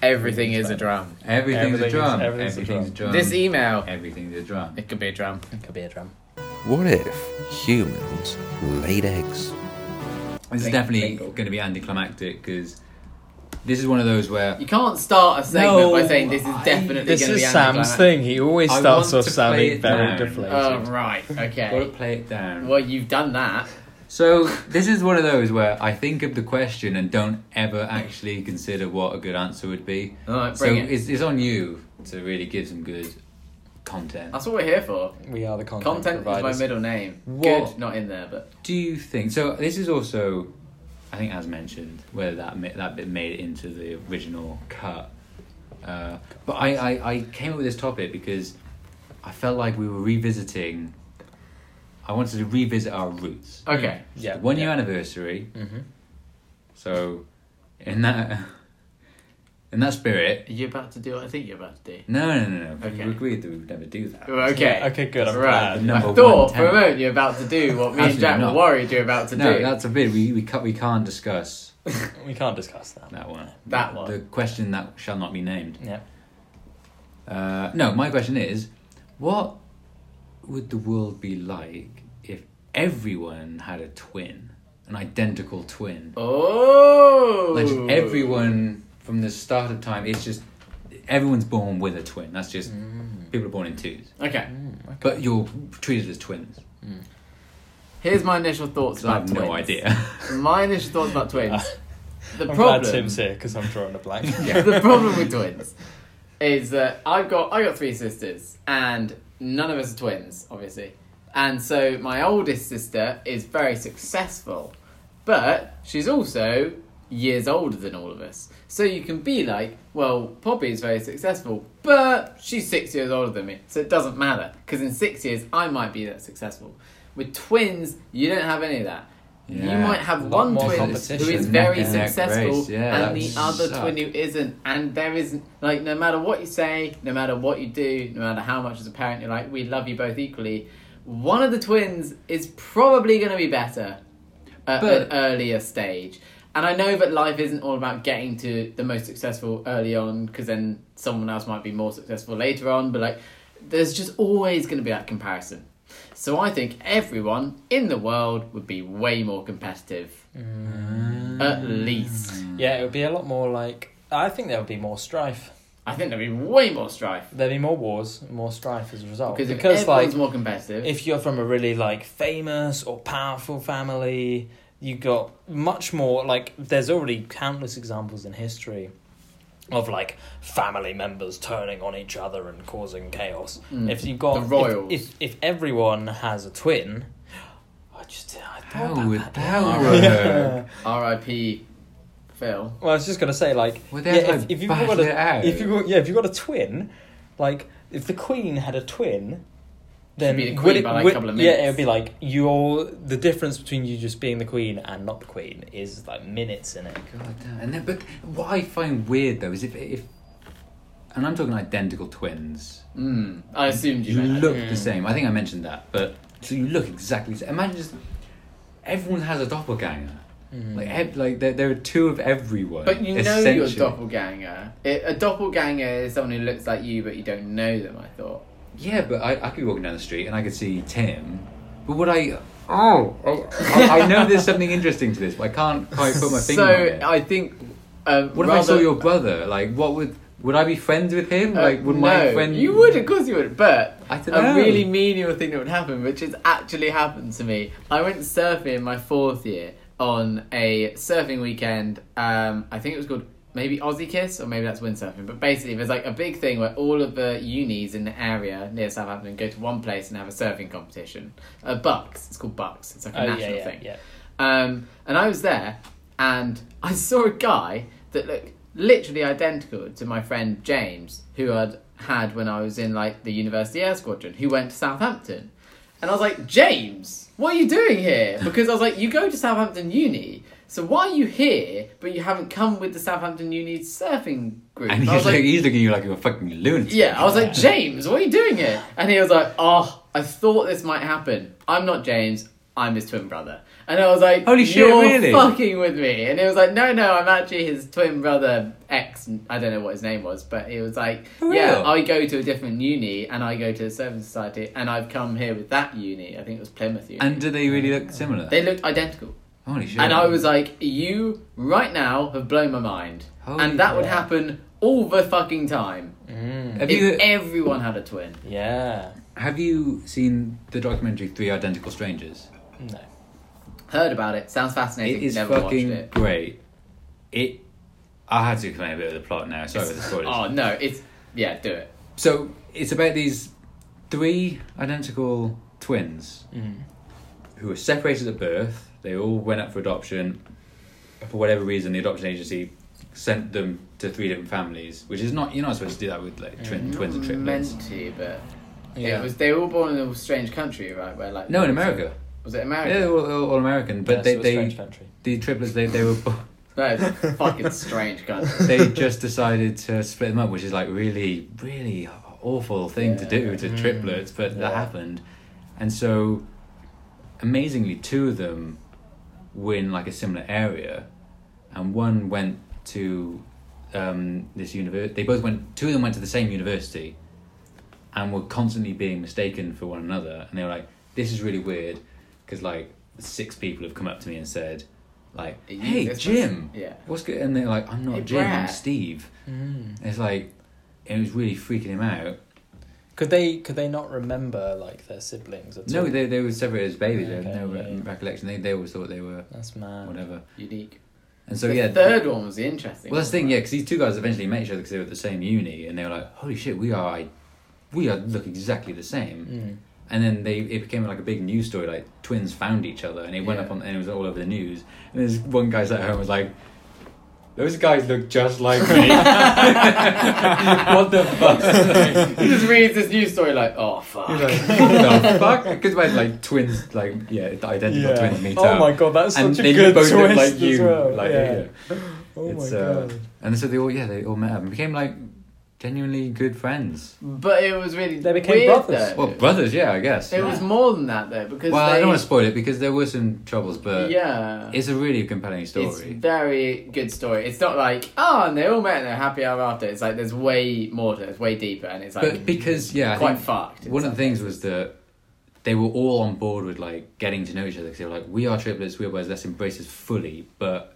C: everything is a drum.
D: Everything's
E: Everything
D: a
E: is-
D: drum.
E: everything's a
D: Everything's a drum.
C: This e- email,
D: Everything's a drum.
C: it could be a drum.
E: It could be a drum.
A: What if humans laid eggs?
D: This is
C: Bing-
D: definitely
C: bingle.
D: going to be anticlimactic because this is one of those where
C: You can't start a segment
D: No,
C: by saying this is
D: I-
C: definitely going
B: This
C: to be
B: is Sam's
C: anticlimactic.
B: thing. He always
D: I
B: starts
D: want
B: off
D: to play
B: sounding
D: it
B: very
D: down.
B: deflated.
C: Oh, right.
D: got to
C: Okay.
D: play it down.
C: well, you've done that.
D: So this is one of those where I think of the question and don't ever actually consider what a good answer would be.
C: All Oh, right,
D: so
C: bring it.
D: it's it's on you to really give some good content.
C: That's what we're here for.
B: we are the content,
C: Content is my
B: providers.
C: middle name.
D: What?
C: Good, not in there, but
D: Do you think so? This is also, I think, as mentioned, whether that ma- that bit made it into the original cut. Uh, but I, I, I came up with this topic because I felt like we were revisiting. I wanted to revisit our roots.
C: okay.
B: yeah,
D: one year
B: yeah.
D: anniversary.
B: Mhm.
D: So, in that in that spirit,
C: Are you about to do what I think you're about to do?
D: no, no, no, no.
C: Okay.
D: We agreed that we would never do that.
C: Okay.
B: Yeah, okay, good, I'm
C: right.
D: glad. Number
C: I thought
D: one
C: for a
D: tenant.
C: moment you're about to do what me and
D: Absolutely
C: Jack were
D: not.
C: worried you're about to
D: no,
C: do.
D: that's a bit we we can't, we can't discuss
E: We can't discuss that.
D: that one.
C: That one.
D: The question that shall not be named.
E: Yeah.
D: Uh, no, my question is, what would the world be like if everyone had a twin, an identical twin?
C: Oh.
D: Like just everyone from the start of time, it's just everyone's born with a twin. That's just people are born in twos,
C: Mm. Okay.
D: but you're treated as twins.
C: Here's my initial thoughts
D: 'Cause I
C: about
D: have
C: twins.
D: no idea.
C: My initial thoughts about twins. The
E: I'm
C: problem.
E: glad Tim's here because I'm drawing a blank.
C: the problem with twins is that I've got I got three sisters and none of us are twins, obviously. And so my oldest sister is very successful, but she's also years older than all of us. So you can be like, well, Poppy is very successful, but she's six years older than me, so it doesn't matter because in six years I might be that successful. With twins, you don't have any of that. You
D: Yeah.
C: might have
E: Lot
C: one
E: more
C: twin who is
E: competition.
C: very
D: Neck and neck
C: successful,
D: race, yeah,
C: and the
D: that
C: other
D: sucks.
C: twin who isn't. And there isn't like no matter what you say, no matter what you do, no matter how much as a parent you're like, we love you both equally. One of the twins is probably going to be better at an
D: But-
C: earlier stage. And I know that life isn't all about getting to the most successful early on, because then someone else might be more successful later on. But like, there's just always going to be that comparison. So I think everyone in the world would be way more competitive,
D: Mm.
C: at least.
E: Yeah, it would be a lot more like. I think there would be more strife.
C: I think there'd be way more strife
E: There'd be more wars, more strife as a result.
C: because,
E: Because,
C: if everyone's
E: like,
C: more competitive,
E: if you're from a really like famous or powerful family, you got much more like. There's already countless examples in history of like family members turning on each other and causing chaos.
C: Mm.
E: If you got
C: The royals.
E: if, if if everyone has a twin, I just I thought
D: How
E: about
D: would
E: that.
D: that
C: work?
E: Yeah.
C: R.I.P. Phil.
E: Well, I was just gonna say, like,
D: Well,
E: yeah,
D: they have to,
E: if,
D: like,
E: if you've
D: battle
E: got
D: it
E: a,
D: out.
E: if you got, yeah, if you've got a twin, like, if the Queen had a twin, then
C: be the
E: would
C: Queen
E: it-
C: by, like,
E: would-
C: couple of
E: yeah, it
C: minutes.
E: would be like you're the difference between you just being the Queen and not the Queen is like minutes in it.
D: God damn. And then, but what I find weird though is if if, and I'm talking identical twins.
C: Mm, I assumed you,
D: You
C: meant
D: look the same. I think I mentioned that, but so you look exactly. the same. Imagine just everyone has a doppelganger. Like ev- like there, there are two of everyone.
C: But you know you're a
D: essentially.
C: doppelganger. It, a doppelganger is someone who looks like you, but you don't know them. I thought.
D: Yeah, but I, I could be walking down the street and I could see Tim, but would I? Oh, oh, I, I know there's something interesting to this, but I can't quite put my finger
C: so
D: on it.
C: I think. Um,
D: what if I
C: rather,
D: saw your brother? Like, what would would I be friends with him?
C: uh,
D: like, would
C: no,
D: my friend?
C: You would, of course, you would. But
D: I don't
C: a
D: know.
C: really menial thing that would happen, which has actually happened to me. I went surfing in my fourth year on a surfing weekend. Um, I think it was called maybe Aussie Kiss or maybe that's windsurfing. But basically, there's like a big thing where all of the unis in the area near Southampton go to one place and have a surfing competition. Uh, Bucks, it's called Bucks. It's like a
E: Oh, yeah,
C: national
E: yeah,
C: thing.
E: yeah.
C: Um, and I was there, and I saw a guy that looked literally identical to my friend James, who I'd had when I was in like the university air squadron, who went to Southampton. And I was like, James, what are you doing here? Because I was like, you go to Southampton Uni, so why are you here, but you haven't come with the Southampton Uni surfing group?
D: And he's,
C: I was
D: like, he's looking at you like you're a fucking lunatic.
C: yeah, I was like, James, what are you doing here? And he was like, oh, I thought this might happen. I'm not James, I'm his twin brother. And I was like,
D: Holy shit,
C: you're
D: really?
C: fucking with me. And he was like, no, no, I'm actually his twin brother, ex, I don't know what his name was, but he was like,
D: For
C: yeah,
D: real?
C: I go to a different uni and I go to the Serving Society and I've come here with that uni. I think it was Plymouth Uni.
D: And do they really look similar?
C: they looked identical.
D: Holy shit.
C: And I was like, you right now have blown my mind.
D: Holy
C: and that would
E: crap.
C: happen all the fucking time.
D: have
C: if
D: you,
C: everyone had a twin.
E: Yeah.
D: have you seen the documentary Three Identical Strangers?
E: No.
C: Heard about it. Sounds fascinating.
D: It is
C: Never
D: fucking
C: watched it.
D: great. It. I had to explain a bit of the plot now. Sorry for the spoilers.
C: Oh no, it's yeah, do it.
D: So it's about these three identical twins
C: Mm-hmm.
D: who were separated at birth. They all went up for adoption. For whatever reason, the adoption agency sent them to three different families, which is not you're not supposed to do that with like twin,
C: Mm-hmm.
D: twins and triplets.
C: Meant to, but
E: Yeah.
C: it was they were all born in a strange country, right? Where like
D: No, in America.
C: was it
D: Yeah, they're
C: America?
D: all, all, all American, but
E: Yeah,
D: they,
E: so it's a strange
D: they
E: country.
D: the triplets they, they were bo-
C: No, it's a fucking strange country.
D: they just decided to split them up, which is like really, really awful thing to
C: Yeah.
D: do to triplets, but that
E: Yeah.
D: happened. And so, amazingly, two of them were in like a similar area, and one went to um, this university. They both went. Two of them went to the same university, and were constantly being mistaken for one another. And they were like, "This is really weird," because like six people have come up to me and said, "Like,
C: Are you
D: hey,
C: this
D: Jim."
C: person? Yeah.
D: What's good? And they're like, I'm not
C: Hey,
D: Jim, I'm
C: Brad.
D: Steve.
E: Mm.
D: And it's like, it was really freaking him out.
E: Could they could they not remember like their siblings at
D: no,
E: all?
D: they they were separated as babies. They had
E: Okay,
D: no
E: yeah,
D: re-
E: yeah.
D: recollection. They they always thought they were
E: That's mad.
D: whatever.
C: Unique.
D: And so
C: the
D: yeah,
C: third one was the interesting.
D: well that's the
C: one,
D: thing. Yeah,
C: right?
D: because these two guys eventually met each other because they were at the same uni, and they were like, holy shit, we are, I, we are look exactly the same.
E: Mm.
D: And then they it became like a big news story. Like twins found each other, and it went
C: Yeah.
D: up on and it was all over the news. And there's one guy sat at home was like. Those guys look just like me. what the fuck?
C: He just reads this news story like, oh fuck.
D: He's like, what the fuck? Because we had like twins, like yeah, the identical twins meet
E: Oh
D: up.
E: my god, that's
D: and
E: such
D: they
E: a good
D: both
E: twist
D: look like
E: as
D: you,
E: well.
D: like
E: yeah.
D: yeah.
E: Oh
D: It's,
E: my
D: uh,
E: god.
D: And so they all yeah, they all met up and became like genuinely good friends.
C: But it was really
E: They became
C: weird,
E: brothers.
C: though.
D: Well, brothers, yeah, I guess.
C: it was more than that though, because
D: Well, I
C: they,
D: don't want to spoil it because there were some troubles, but
C: yeah.
D: it's a really compelling
C: It's
D: story.
C: very good story. It's not like oh, and they all met and they're happy hour after. It's like there's way more to it. It's way deeper, and it's like
D: But because yeah, I
C: quite
D: think
C: fucked. in
D: one of the
C: some
D: things
C: ways.
D: was that they were all on board with like getting to know each other because they were like, we are triplets, we are boys, let's embrace this fully. But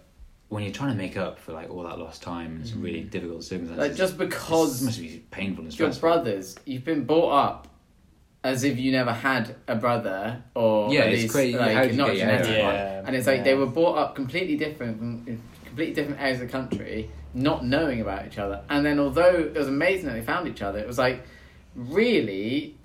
D: when you're trying to make up for like all that lost time and some really difficult circumstances,
C: Mm. like just
D: This
C: because
D: must be painful and
C: your
D: stressful.
C: brothers, you've been brought up as if you never had a brother or
D: Yeah,
C: at
D: it's
C: least,
D: crazy.
C: like
D: How do you
C: not
D: get your head
C: genetic
E: around
D: Um,
C: one.
E: that?
C: and it's like
E: Yeah.
C: they were brought up completely different, from, in completely different areas of the country, not knowing about each other. And then although it was amazing that they found each other, it was like really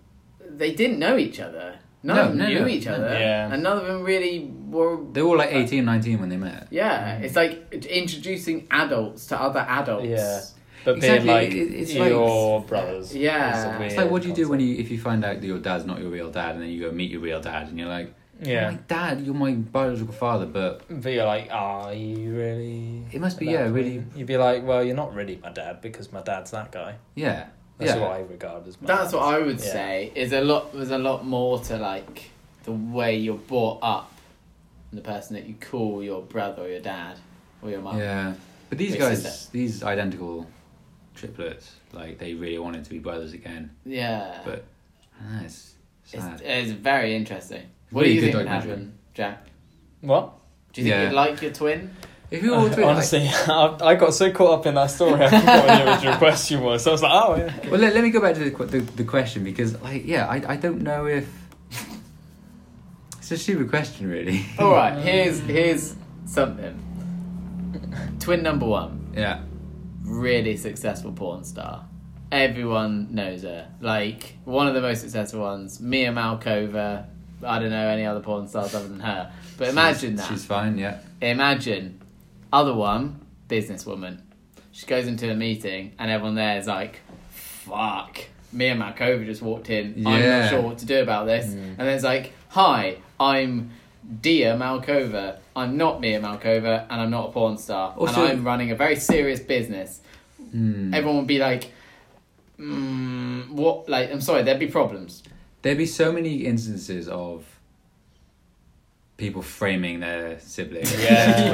C: they didn't know each other. None of
D: No,
C: them
D: no,
C: knew
D: no.
C: each other,
E: Yeah.
C: and none of them really were.
D: They were like Mm. 18, 19 when they met.
C: Yeah, it's like introducing adults to other adults.
E: Yeah. But
D: Exactly,
E: being like
D: it- it's like-
E: your brothers.
C: Yeah.
E: is a
D: It's
E: weird
D: like, what do you do when
E: concept.
D: you if you find out that your dad's not your real dad, and then you go meet your real dad, and you're like,
E: Yeah.
D: my dad, you're my biological father, but
E: But you're like, are you really?
D: It must be,
E: my
D: yeah,
E: dad?"
D: really-
E: You'd be like, well, you're not really my dad because my dad's that guy.
D: yeah,
E: That's
D: yeah,
E: what I regard as. My
C: That's what I would
E: Yeah.
C: say. Is a lot. There's a lot more to like the way you're brought up, and the person that you call your brother or your dad or your mum.
D: yeah. But these
C: Wait,
D: guys,
C: sister.
D: these identical triplets, like they really wanted to be brothers again,
C: Yeah.
D: but I don't know, it's sad.
C: it's, it's very interesting. What
D: Really
C: do you
D: good
C: think would
D: documentary.
C: happen, Jack?
E: What?
C: Do you think
D: Yeah.
C: you'd like your twin?
D: if you all three, like-
E: Honestly, I, I got so caught up in that story, I forgot what the original question was. So I was like, oh, yeah.
D: well, let, let me go back to the, qu- the the question because, like, yeah, I I don't know if it's a stupid question, really.
C: All right. Here's here's something. Twin number one,
D: yeah.
C: really successful porn star. Everyone knows her. Like one of the most successful ones, Mia Malkova. I don't know any other porn stars other than her. But imagine
D: She's-
C: that.
D: She's fine, yeah.
C: Imagine. Other one, businesswoman. She goes into a meeting and everyone there is like, fuck. Me and Malkova just walked in. I'm
D: Yeah. Hmm.
C: not sure what to do about this. And then it's like, hi, I'm Dia Malkova. I'm not Mia Malkova and I'm not a porn star.
D: Also- Hmm.
C: and I'm running a very serious business. Everyone would be like, mm, what? Like, I'm sorry, there'd be problems.
D: There'd be so many instances of people framing their sibling.
E: Yeah,
C: Yeah,
E: yeah,
C: I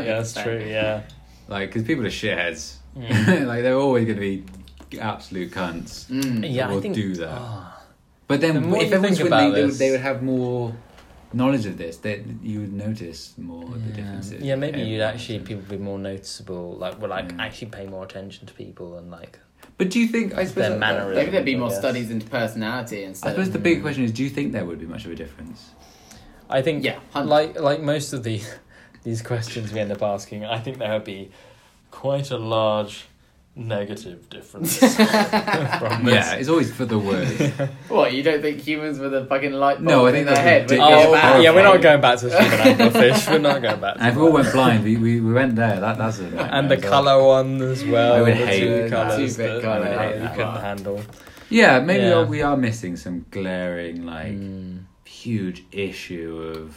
E: yeah, that's
C: think
E: true. Yeah,
D: Like, because people are shitheads. like, they're always going to be absolute cunts.
C: Mm.
D: Yeah,
E: yeah.
D: will
E: I think
D: do that.
E: Ah.
D: But then,
E: The more
D: if
E: you
D: everyone's
E: think
D: with me,
E: about
D: they would,
E: this-
D: they would have more knowledge of this, that you would notice more the differences.
E: Yeah, maybe
D: between
E: you'd
D: everyone.
E: actually people would be more noticeable. Like, well, like
C: Mm.
D: Yeah.
E: actually pay more attention to people and like
D: But do you think I suppose
E: their mannerisms.
C: Maybe there'd be
E: I
C: more
E: guess.
C: studies into personality
D: I
C: instead.
D: suppose the big question is: Do you think there would be much of a difference?
E: I think
C: Yeah, hundred.
E: like like most of the
F: These questions we end up asking, I think there would be quite a large negative difference from this.
D: Yeah, it's always for the worse.
C: What you don't think humans with a fucking light bulb
D: No, I think
C: in their
D: that's
C: head? would
D: ridiculous.
C: get
E: Oh,
C: back?
E: yeah, we're not going back to the human anglerfish. We're not going back. To
D: and if we all went blind, we, we, we went there. That that's a nightmare
E: and the
D: as well.
E: colour one as well.
D: I would
E: the
D: hate
E: two
D: that.
E: colours
C: Two-bit
E: that
C: colour,
D: I hate
E: you
D: that.
E: couldn't handle.
D: Yeah, maybe
E: Yeah.
D: we are missing some glaring, like,
C: Hmm.
D: huge issue of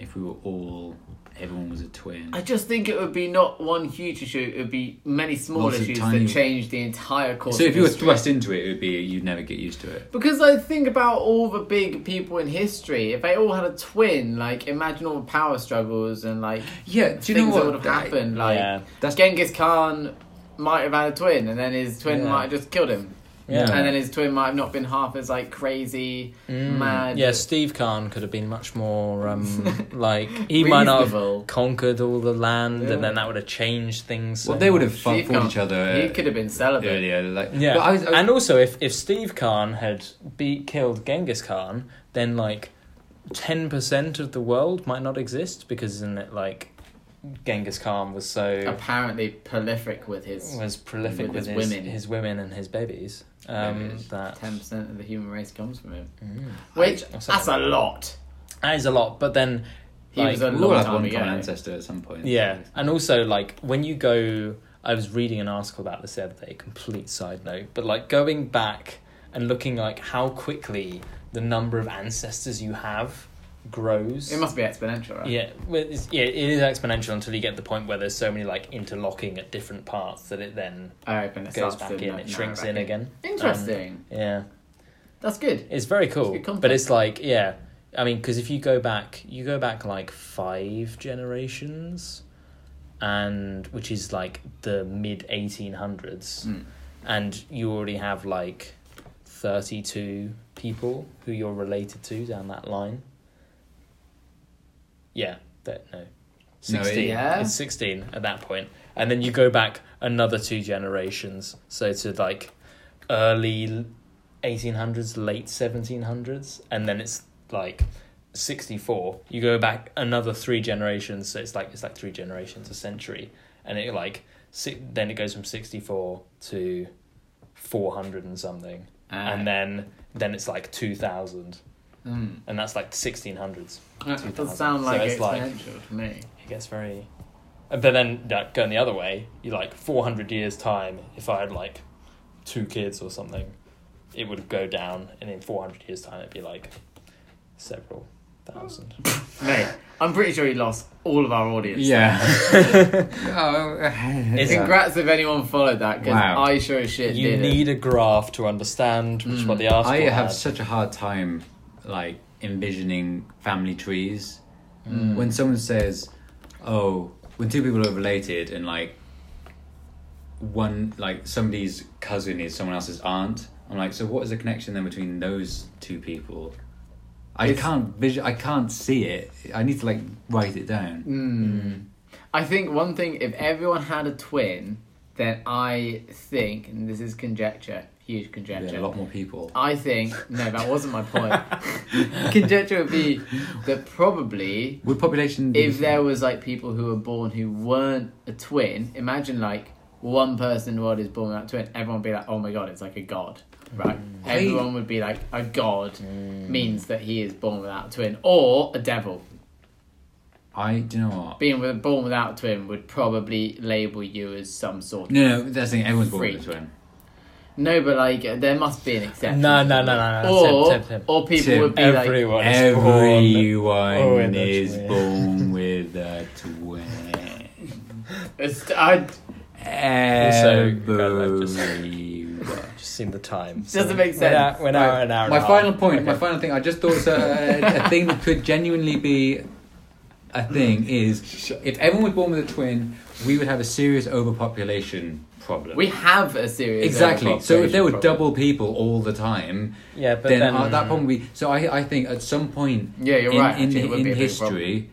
D: if we were all, everyone was a twin.
C: I just think it would be not one huge issue; it would be many small
D: Lots of
C: issues
D: tiny-
C: that change the entire course.
D: so if
C: of
D: you were
C: history.
D: thrust into it, it would be you'd never get used to it.
C: Because I think about all the big people in history. If they all had a twin, like imagine all the power struggles and like
D: Yeah, do you
C: things
D: know what
C: that would have happened. Like
E: Yeah.
D: That's-
C: Genghis Khan might have had a twin, and then his twin
E: Yeah.
C: might have just killed him.
E: Yeah.
C: And then his twin might have not been half as like crazy,
D: Mm.
C: mad.
E: Yeah, Steve Kahn could have been much more um, like he might not
C: Reasonable.
E: have conquered all the land,
C: Yeah.
E: and then that would have changed things.
D: Well,
E: so
D: they would have
E: much.
D: fought
C: Steve Kahn,
D: each other
C: He could have been celibate.
D: earlier. Like,
E: Yeah,
D: But I was, I was-
E: and also if if Steve Khan had be killed Genghis Khan, then like ten percent of the world might not exist because isn't it like Genghis Khan was so
C: Apparently prolific with his
E: was prolific
C: with
E: with,
C: his
E: his,
C: women.
E: his women and his babies. Um,
D: Babies.
E: That
C: ten percent of the human race comes from him, which
E: That's
C: that's a lot.
E: that is a lot, but then
C: He
E: Like,
C: was a
D: we'll all
C: long
D: have
C: time
D: one
C: ago.
D: common ancestor at some point.
E: Yeah, and also like when you go, I was reading an article about this the other day. Complete side note, but like going back and looking like how quickly the number of ancestors you have grows.
C: It must be exponential, right?
E: yeah, well, it's, yeah, it is exponential until you get to the point where there's so many like interlocking at different parts that it then
C: I reckon it
E: goes
C: starts
E: back
C: to
E: in,
C: like,
E: it shrinks
C: narrow
E: in
C: back
E: again. Um,
C: Interesting.
E: Yeah,
C: that's good.
E: it's very cool,
C: good concept.
E: but it's like yeah, I mean, because if you go back, you go back like five generations. and which is like the mid 1800s and you already have like 32 people who you're related to down that line yeah that no 16
C: yeah.
E: it's 16 at that point and then you go back another two generations so to like early 1800s late 1700s and then it's like 64 you go back another three generations so it's like it's like three generations a century and it like si- then it goes from 64 to 400 and something
C: Uh,
E: and then then it's like 2000
C: mm.
E: and that's like the 1600s
C: That does
E: 2000.
C: sound
E: So
C: like
E: it's
C: exponential
E: like-
C: to me.
E: it gets very Uh, but then like, going the other way you like 400 years time if i had like two kids or something it would go down and in 400 years time it'd be like several thousand
C: Mate, I'm pretty sure he lost all of our audience.
D: Yeah. oh,
E: It's-
D: yeah.
C: Congrats if anyone followed that because
D: Wow.
C: I sure as shit
E: you
C: did
E: need a graph to understand which is what the article
D: I have
E: had.
D: such a hard time like envisioning family trees.
C: Mm.
D: When someone says, "Oh, when two people are related and like one like somebody's cousin is someone else's aunt," I'm like, "So what is the connection then between those two people?" I
C: It's-
D: can't vision. I can't see it. I need to like write it down.
C: Mm. I think one thing, if everyone had a twin, then I think, and this is conjecture, huge
D: There
C: conjecture.
D: are a lot more people.
C: I think no, that wasn't my point. conjecture would be that probably
D: Would population be
C: if there was like people who were born who weren't a twin, imagine like one person in the world is born without a twin, everyone would be like, oh my god, it's like a god, right?
E: Mm.
C: Everyone would be like, a god means that he is born without a twin, or a devil.
D: I do you know what?
C: Being with, born without a twin would probably label you as some sort of.
D: No, no, that's the thing. Everyone's born with a
C: Freak.
D: twin.
C: No, but like, there must be an exception.
E: no no no no no
C: Or,
E: Tim, Tim, Tim.
C: or people
D: Tim,
C: would be like,
E: everyone is born
D: Everyone
E: Oh, and that's
D: is
E: weird.
D: born with a twin.
C: it's, I,
E: Also,
D: Everyone.
E: just seen the time
C: Doesn't make
E: We're now-
C: sense.
E: we're now an hour and
D: My
E: a half.
D: final point, my final thing, I just thought was a, a thing that could genuinely be a thing is if everyone was born with a twin, we would have a serious overpopulation problem.
C: We have a serious
D: exactly. So if there
C: overpopulation
D: were
C: problem.
D: double people all the time,
E: Yeah, but
D: then,
E: then-
D: uh, that problem would be. So I, I think at some point
C: Yeah, you're
D: in,
C: right,
D: in,
C: actually, it would
D: in
C: be a big
D: history,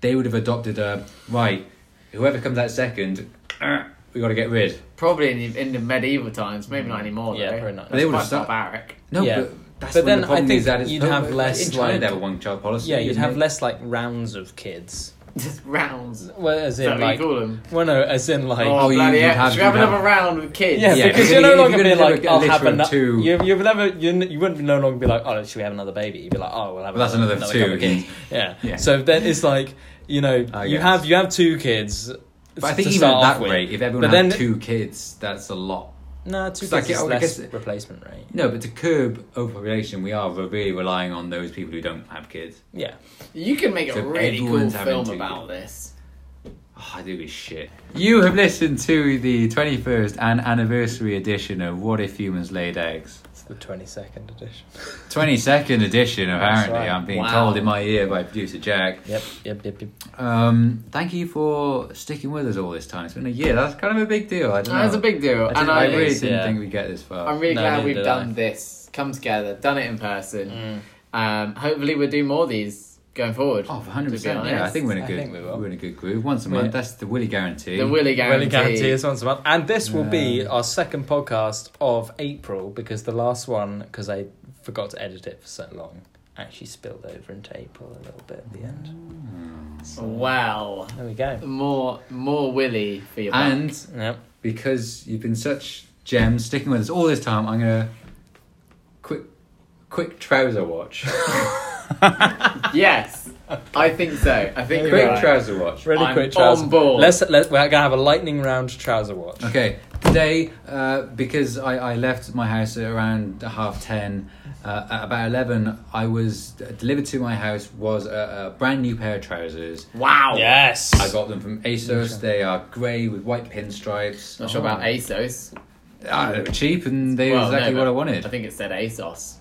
D: they would have adopted a right, whoever comes out second, uh, we got to get rid.
C: Probably in the, in the medieval times, maybe
D: Mm.
C: not anymore.
E: Yeah,
C: though.
E: probably not.
C: That's
D: They would've
C: quite
D: stuck-
C: barbaric.
D: No,
E: Yeah.
D: but that's
E: But
D: when
E: then
D: the
E: I
D: problem
E: think
D: is that it's
E: you'd
D: oh,
E: have
D: but
E: less,
D: in China
E: like-
D: they have a one child policy.
E: Yeah, you'd
D: isn't
E: have
D: it?
E: less like rounds of kids.
C: Just rounds.
E: Well, as
C: Is that
E: in
C: what
E: like,
C: you call them?
E: well, no, as in like.
C: oh,
D: you-
C: bloody
D: you'd
C: hell.
D: have-
C: Should we have
D: you'd have-
C: another round with kids?
E: Yeah,
D: Yeah, if
E: because you're
D: you-
E: no
D: if
E: longer
D: you're
E: be
D: gonna
E: like,
D: do a
E: I'll
D: litter
E: have
D: of
E: another.
D: two-
E: You, you would never, you, n- you wouldn't no longer be like, oh, should we have another baby? You'd be like, oh, we'll have.
D: Well, that's another
E: couple
D: two.
E: of kids. Yeah.
D: Yeah.
E: So then it's like, you know,
D: I
E: you
D: guess.
E: have you have two kids.
D: But I think
E: to
D: even
E: start
D: at that
E: off with.
D: rate, if everyone
E: But
D: had
E: then-
D: two kids, that's a lot.
E: no, two
D: It's like,
E: kids
D: yeah,
E: is
D: I
E: less
D: guess-
E: replacement rate.
D: No, but to curb overpopulation, we are really relying on those people who don't have kids.
E: Yeah.
C: You can make a
D: So
C: really cool
D: everyone's having
C: film
D: to-
C: about this.
D: Oh, I do be shit. You have listened to the 21st and anniversary edition of What If Humans Laid Eggs.
E: It's the twenty second edition.
D: 22nd edition, apparently.
E: right.
D: I'm being
C: Wow.
D: told in my ear by producer Jack.
E: Yep. Yep. Yep. Yep.
D: Um, thank you for sticking with us all this time. It's been a year. That's kind of a big deal. I don't know.
C: That's a big deal.
D: I,
C: and
D: didn't- I
C: I,
D: really
E: is,
D: didn't
E: yeah.
D: think we'd get this far.
C: I'm really
E: No,
C: glad
E: neither
C: we've
E: did
C: done
E: I.
C: this, come together, done it in
D: Mm.
E: Mm.
C: person. Um, hopefully, we'll do more of these going forward.
D: Oh, 100
C: to
D: percent.
C: be
D: Yeah, I
C: honest.
D: think we're in a
E: I
D: good.
E: think we will.
D: are in a good groove. Once a
E: We-
D: month. That's the Willy guarantee.
C: the Willy guarantee.
E: Willy guarantee is once a month, and this will be
D: Yeah.
E: our second podcast of April because the last one, because I forgot to edit it for so long, actually spilled over into April a little bit at the end.
C: Wow.
E: There we go.
C: More, more Willy for your buck.
D: And
E: Yep.
D: because you've been such gems sticking with us all this time, I'm gonna quick quick trouser watch.
C: Yes, I think so. I think
D: quick
C: you're right.
D: trouser watch.
E: Really
C: I'm
E: quick
C: on
E: trouser.
C: board.
E: Let's let we're gonna have a lightning round trouser watch.
D: Okay, today uh, because I, I left my house at around half ten. Uh, at about eleven, I was delivered to my house was a, a brand new pair of trousers.
C: Wow.
E: Yes.
D: I got them from ASOS. They are grey with white pinstripes.
C: Not sure about ASOS.
D: Ah, they were cheap and they were
C: Well,
D: exactly
C: no,
D: what
C: but
D: I wanted.
C: I think it said ASOS.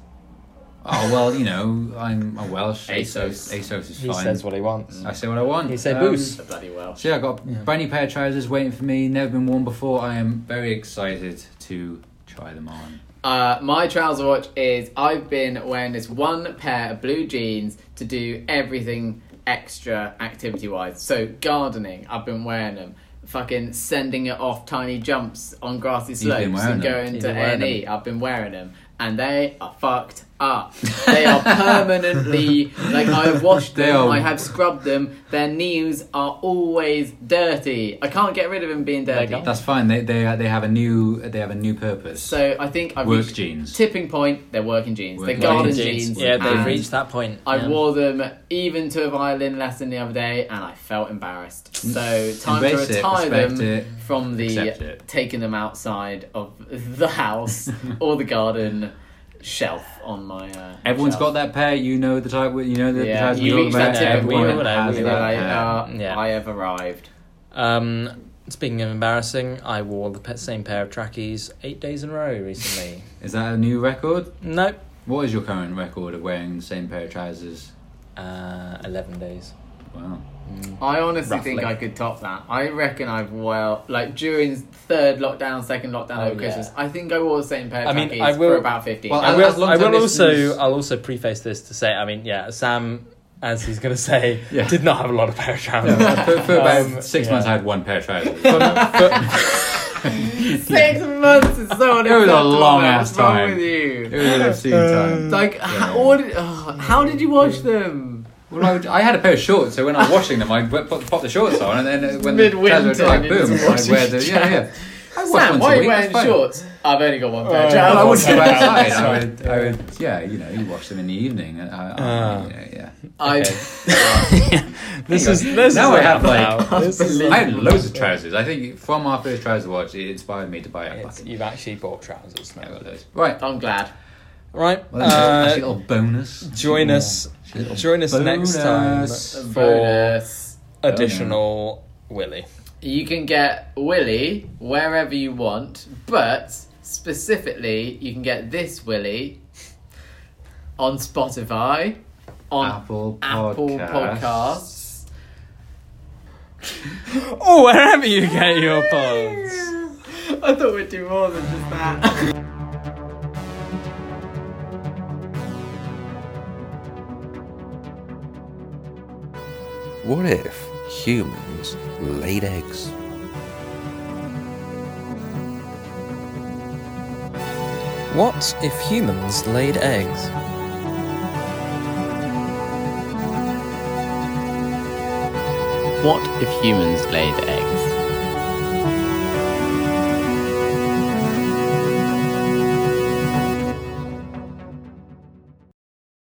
D: Oh well, you know, I'm a Welsh.
C: ASOS.
D: ASOS, ASOS is
E: he
D: fine.
E: says what he wants.
D: I say what I want.
E: He said
D: Um,
E: boost.
C: Bloody well.
D: So yeah, I got a brand new pair of trousers waiting for me. Never been worn before. I am very excited to try them on.
C: Uh, my trouser watch is I've been wearing this one pair of blue jeans to do everything extra activity wise. So gardening, I've been wearing them. Fucking sending it off tiny jumps on grassy
D: been
C: slopes
D: wearing
C: and
D: them.
C: going
E: You've
C: to
E: been wearing
C: A&E. I've been wearing them. And they are fucked up. They are permanently like I have washed
D: They
C: them,
D: are-
C: I have scrubbed them. Their knees are always dirty. I can't get rid of them being dirty.
D: That's fine. They they uh, they have a new they have a new purpose.
C: So I think I've
D: Work
C: reached
D: jeans.
C: tipping point. They're working jeans.
D: Working
C: they're garden jeans.
D: jeans.
E: Yeah, they've
C: and
E: reached that point.
C: I
E: yeah.
C: wore them even to a violin lesson the other day, and I felt embarrassed. So time
D: Mm. Embrace
C: to
D: it,
C: retire
D: respect
C: them
D: it,
C: from
D: accept
C: the
D: it.
C: taking them outside of the house or the garden shelf on my. Uh,
D: Everyone's got
C: shelf.
D: that pair. You know the type. You know the,
C: Yeah,
D: the type.
C: you
D: we
C: reach
D: talk about.
C: that tipping
D: Everyone
E: point.
D: has
E: We
C: You're
E: were
D: that
C: like,
D: pair.
C: "Ah,
E: Yeah.
C: I have arrived.
E: Um, speaking of embarrassing, I wore the pe- same pair of trackies eight days in a row recently.
D: Is that a new record?
E: nope.
D: What is your current record of wearing the same pair of trousers?
E: Uh, eleven days.
D: Wow.
C: I honestly
E: Roughly.
C: think I could top that. I reckon I've well, like during third lockdown, second lockdown
E: Oh,
C: over Christmas,
E: yeah.
C: I think I wore the same pair of
E: I mean,
C: trackies
E: I
C: for
E: will-
C: about fifteen.
D: Well,
E: I
D: As- as
E: will. I
D: long-term
E: will
D: listeners-
E: also. I'll also preface this to say. I mean, yeah, Sam, as he's going to say,
D: Yeah.
E: did not have a lot of pair of trousers.
D: for, for about
E: Um,
D: six
E: yeah.
D: months, I had one pair of trousers.
C: Six months is so
D: It was a
C: unacceptable.
D: long ass
C: What's wrong
D: time.
C: with you?
D: It was an obscene time.
C: Uh, Like, how, what did, ugh, how did you wash them?
D: Well, I, would- I had a pair of shorts, so when I was washing them, I put, put, pop the shorts on, and then uh, when the
C: Midwinter,
D: trousers were dry,
C: and you're
D: boom,
C: just
D: I'd
C: washing
D: wear the yeah, yeah. I wash
C: Sam,
D: once a
C: why are
D: week,
C: you wearing
D: that's fine.
C: shorts? I've only got one pair. of
D: Well, I
C: trousers.
D: wouldn't go outside. I would, I would, yeah, you know, you wash them in the evening. and I, I,
E: Ah.
D: yeah,
C: I,
E: this
D: Hang
E: is
D: on.
E: this
D: Now
E: is
D: I have,
E: enough now. This is
D: yeah. I
E: enough.
D: had loads of trousers. I think from our first trouser watch, it inspired me to buy a
E: It's-
D: bucket.
E: You've actually bought trousers
D: I
E: now.
D: got those. Right.
C: I'm glad.
E: Right.
D: Well, that's
E: uh,
D: actually a little bonus.
E: join us. Join us next time
D: Bonus.
E: for
C: Bonus.
E: additional Willy.
C: You can get Willy wherever you want, but specifically, you can get this Willy on Spotify, on
D: Apple
C: Apple
D: Podcasts.
C: Podcasts.
D: Oh,
E: Or wherever you get your pods.
G: I thought we'd do more than just that.
A: What if humans laid eggs?
E: What if humans laid eggs?
C: What if humans laid eggs?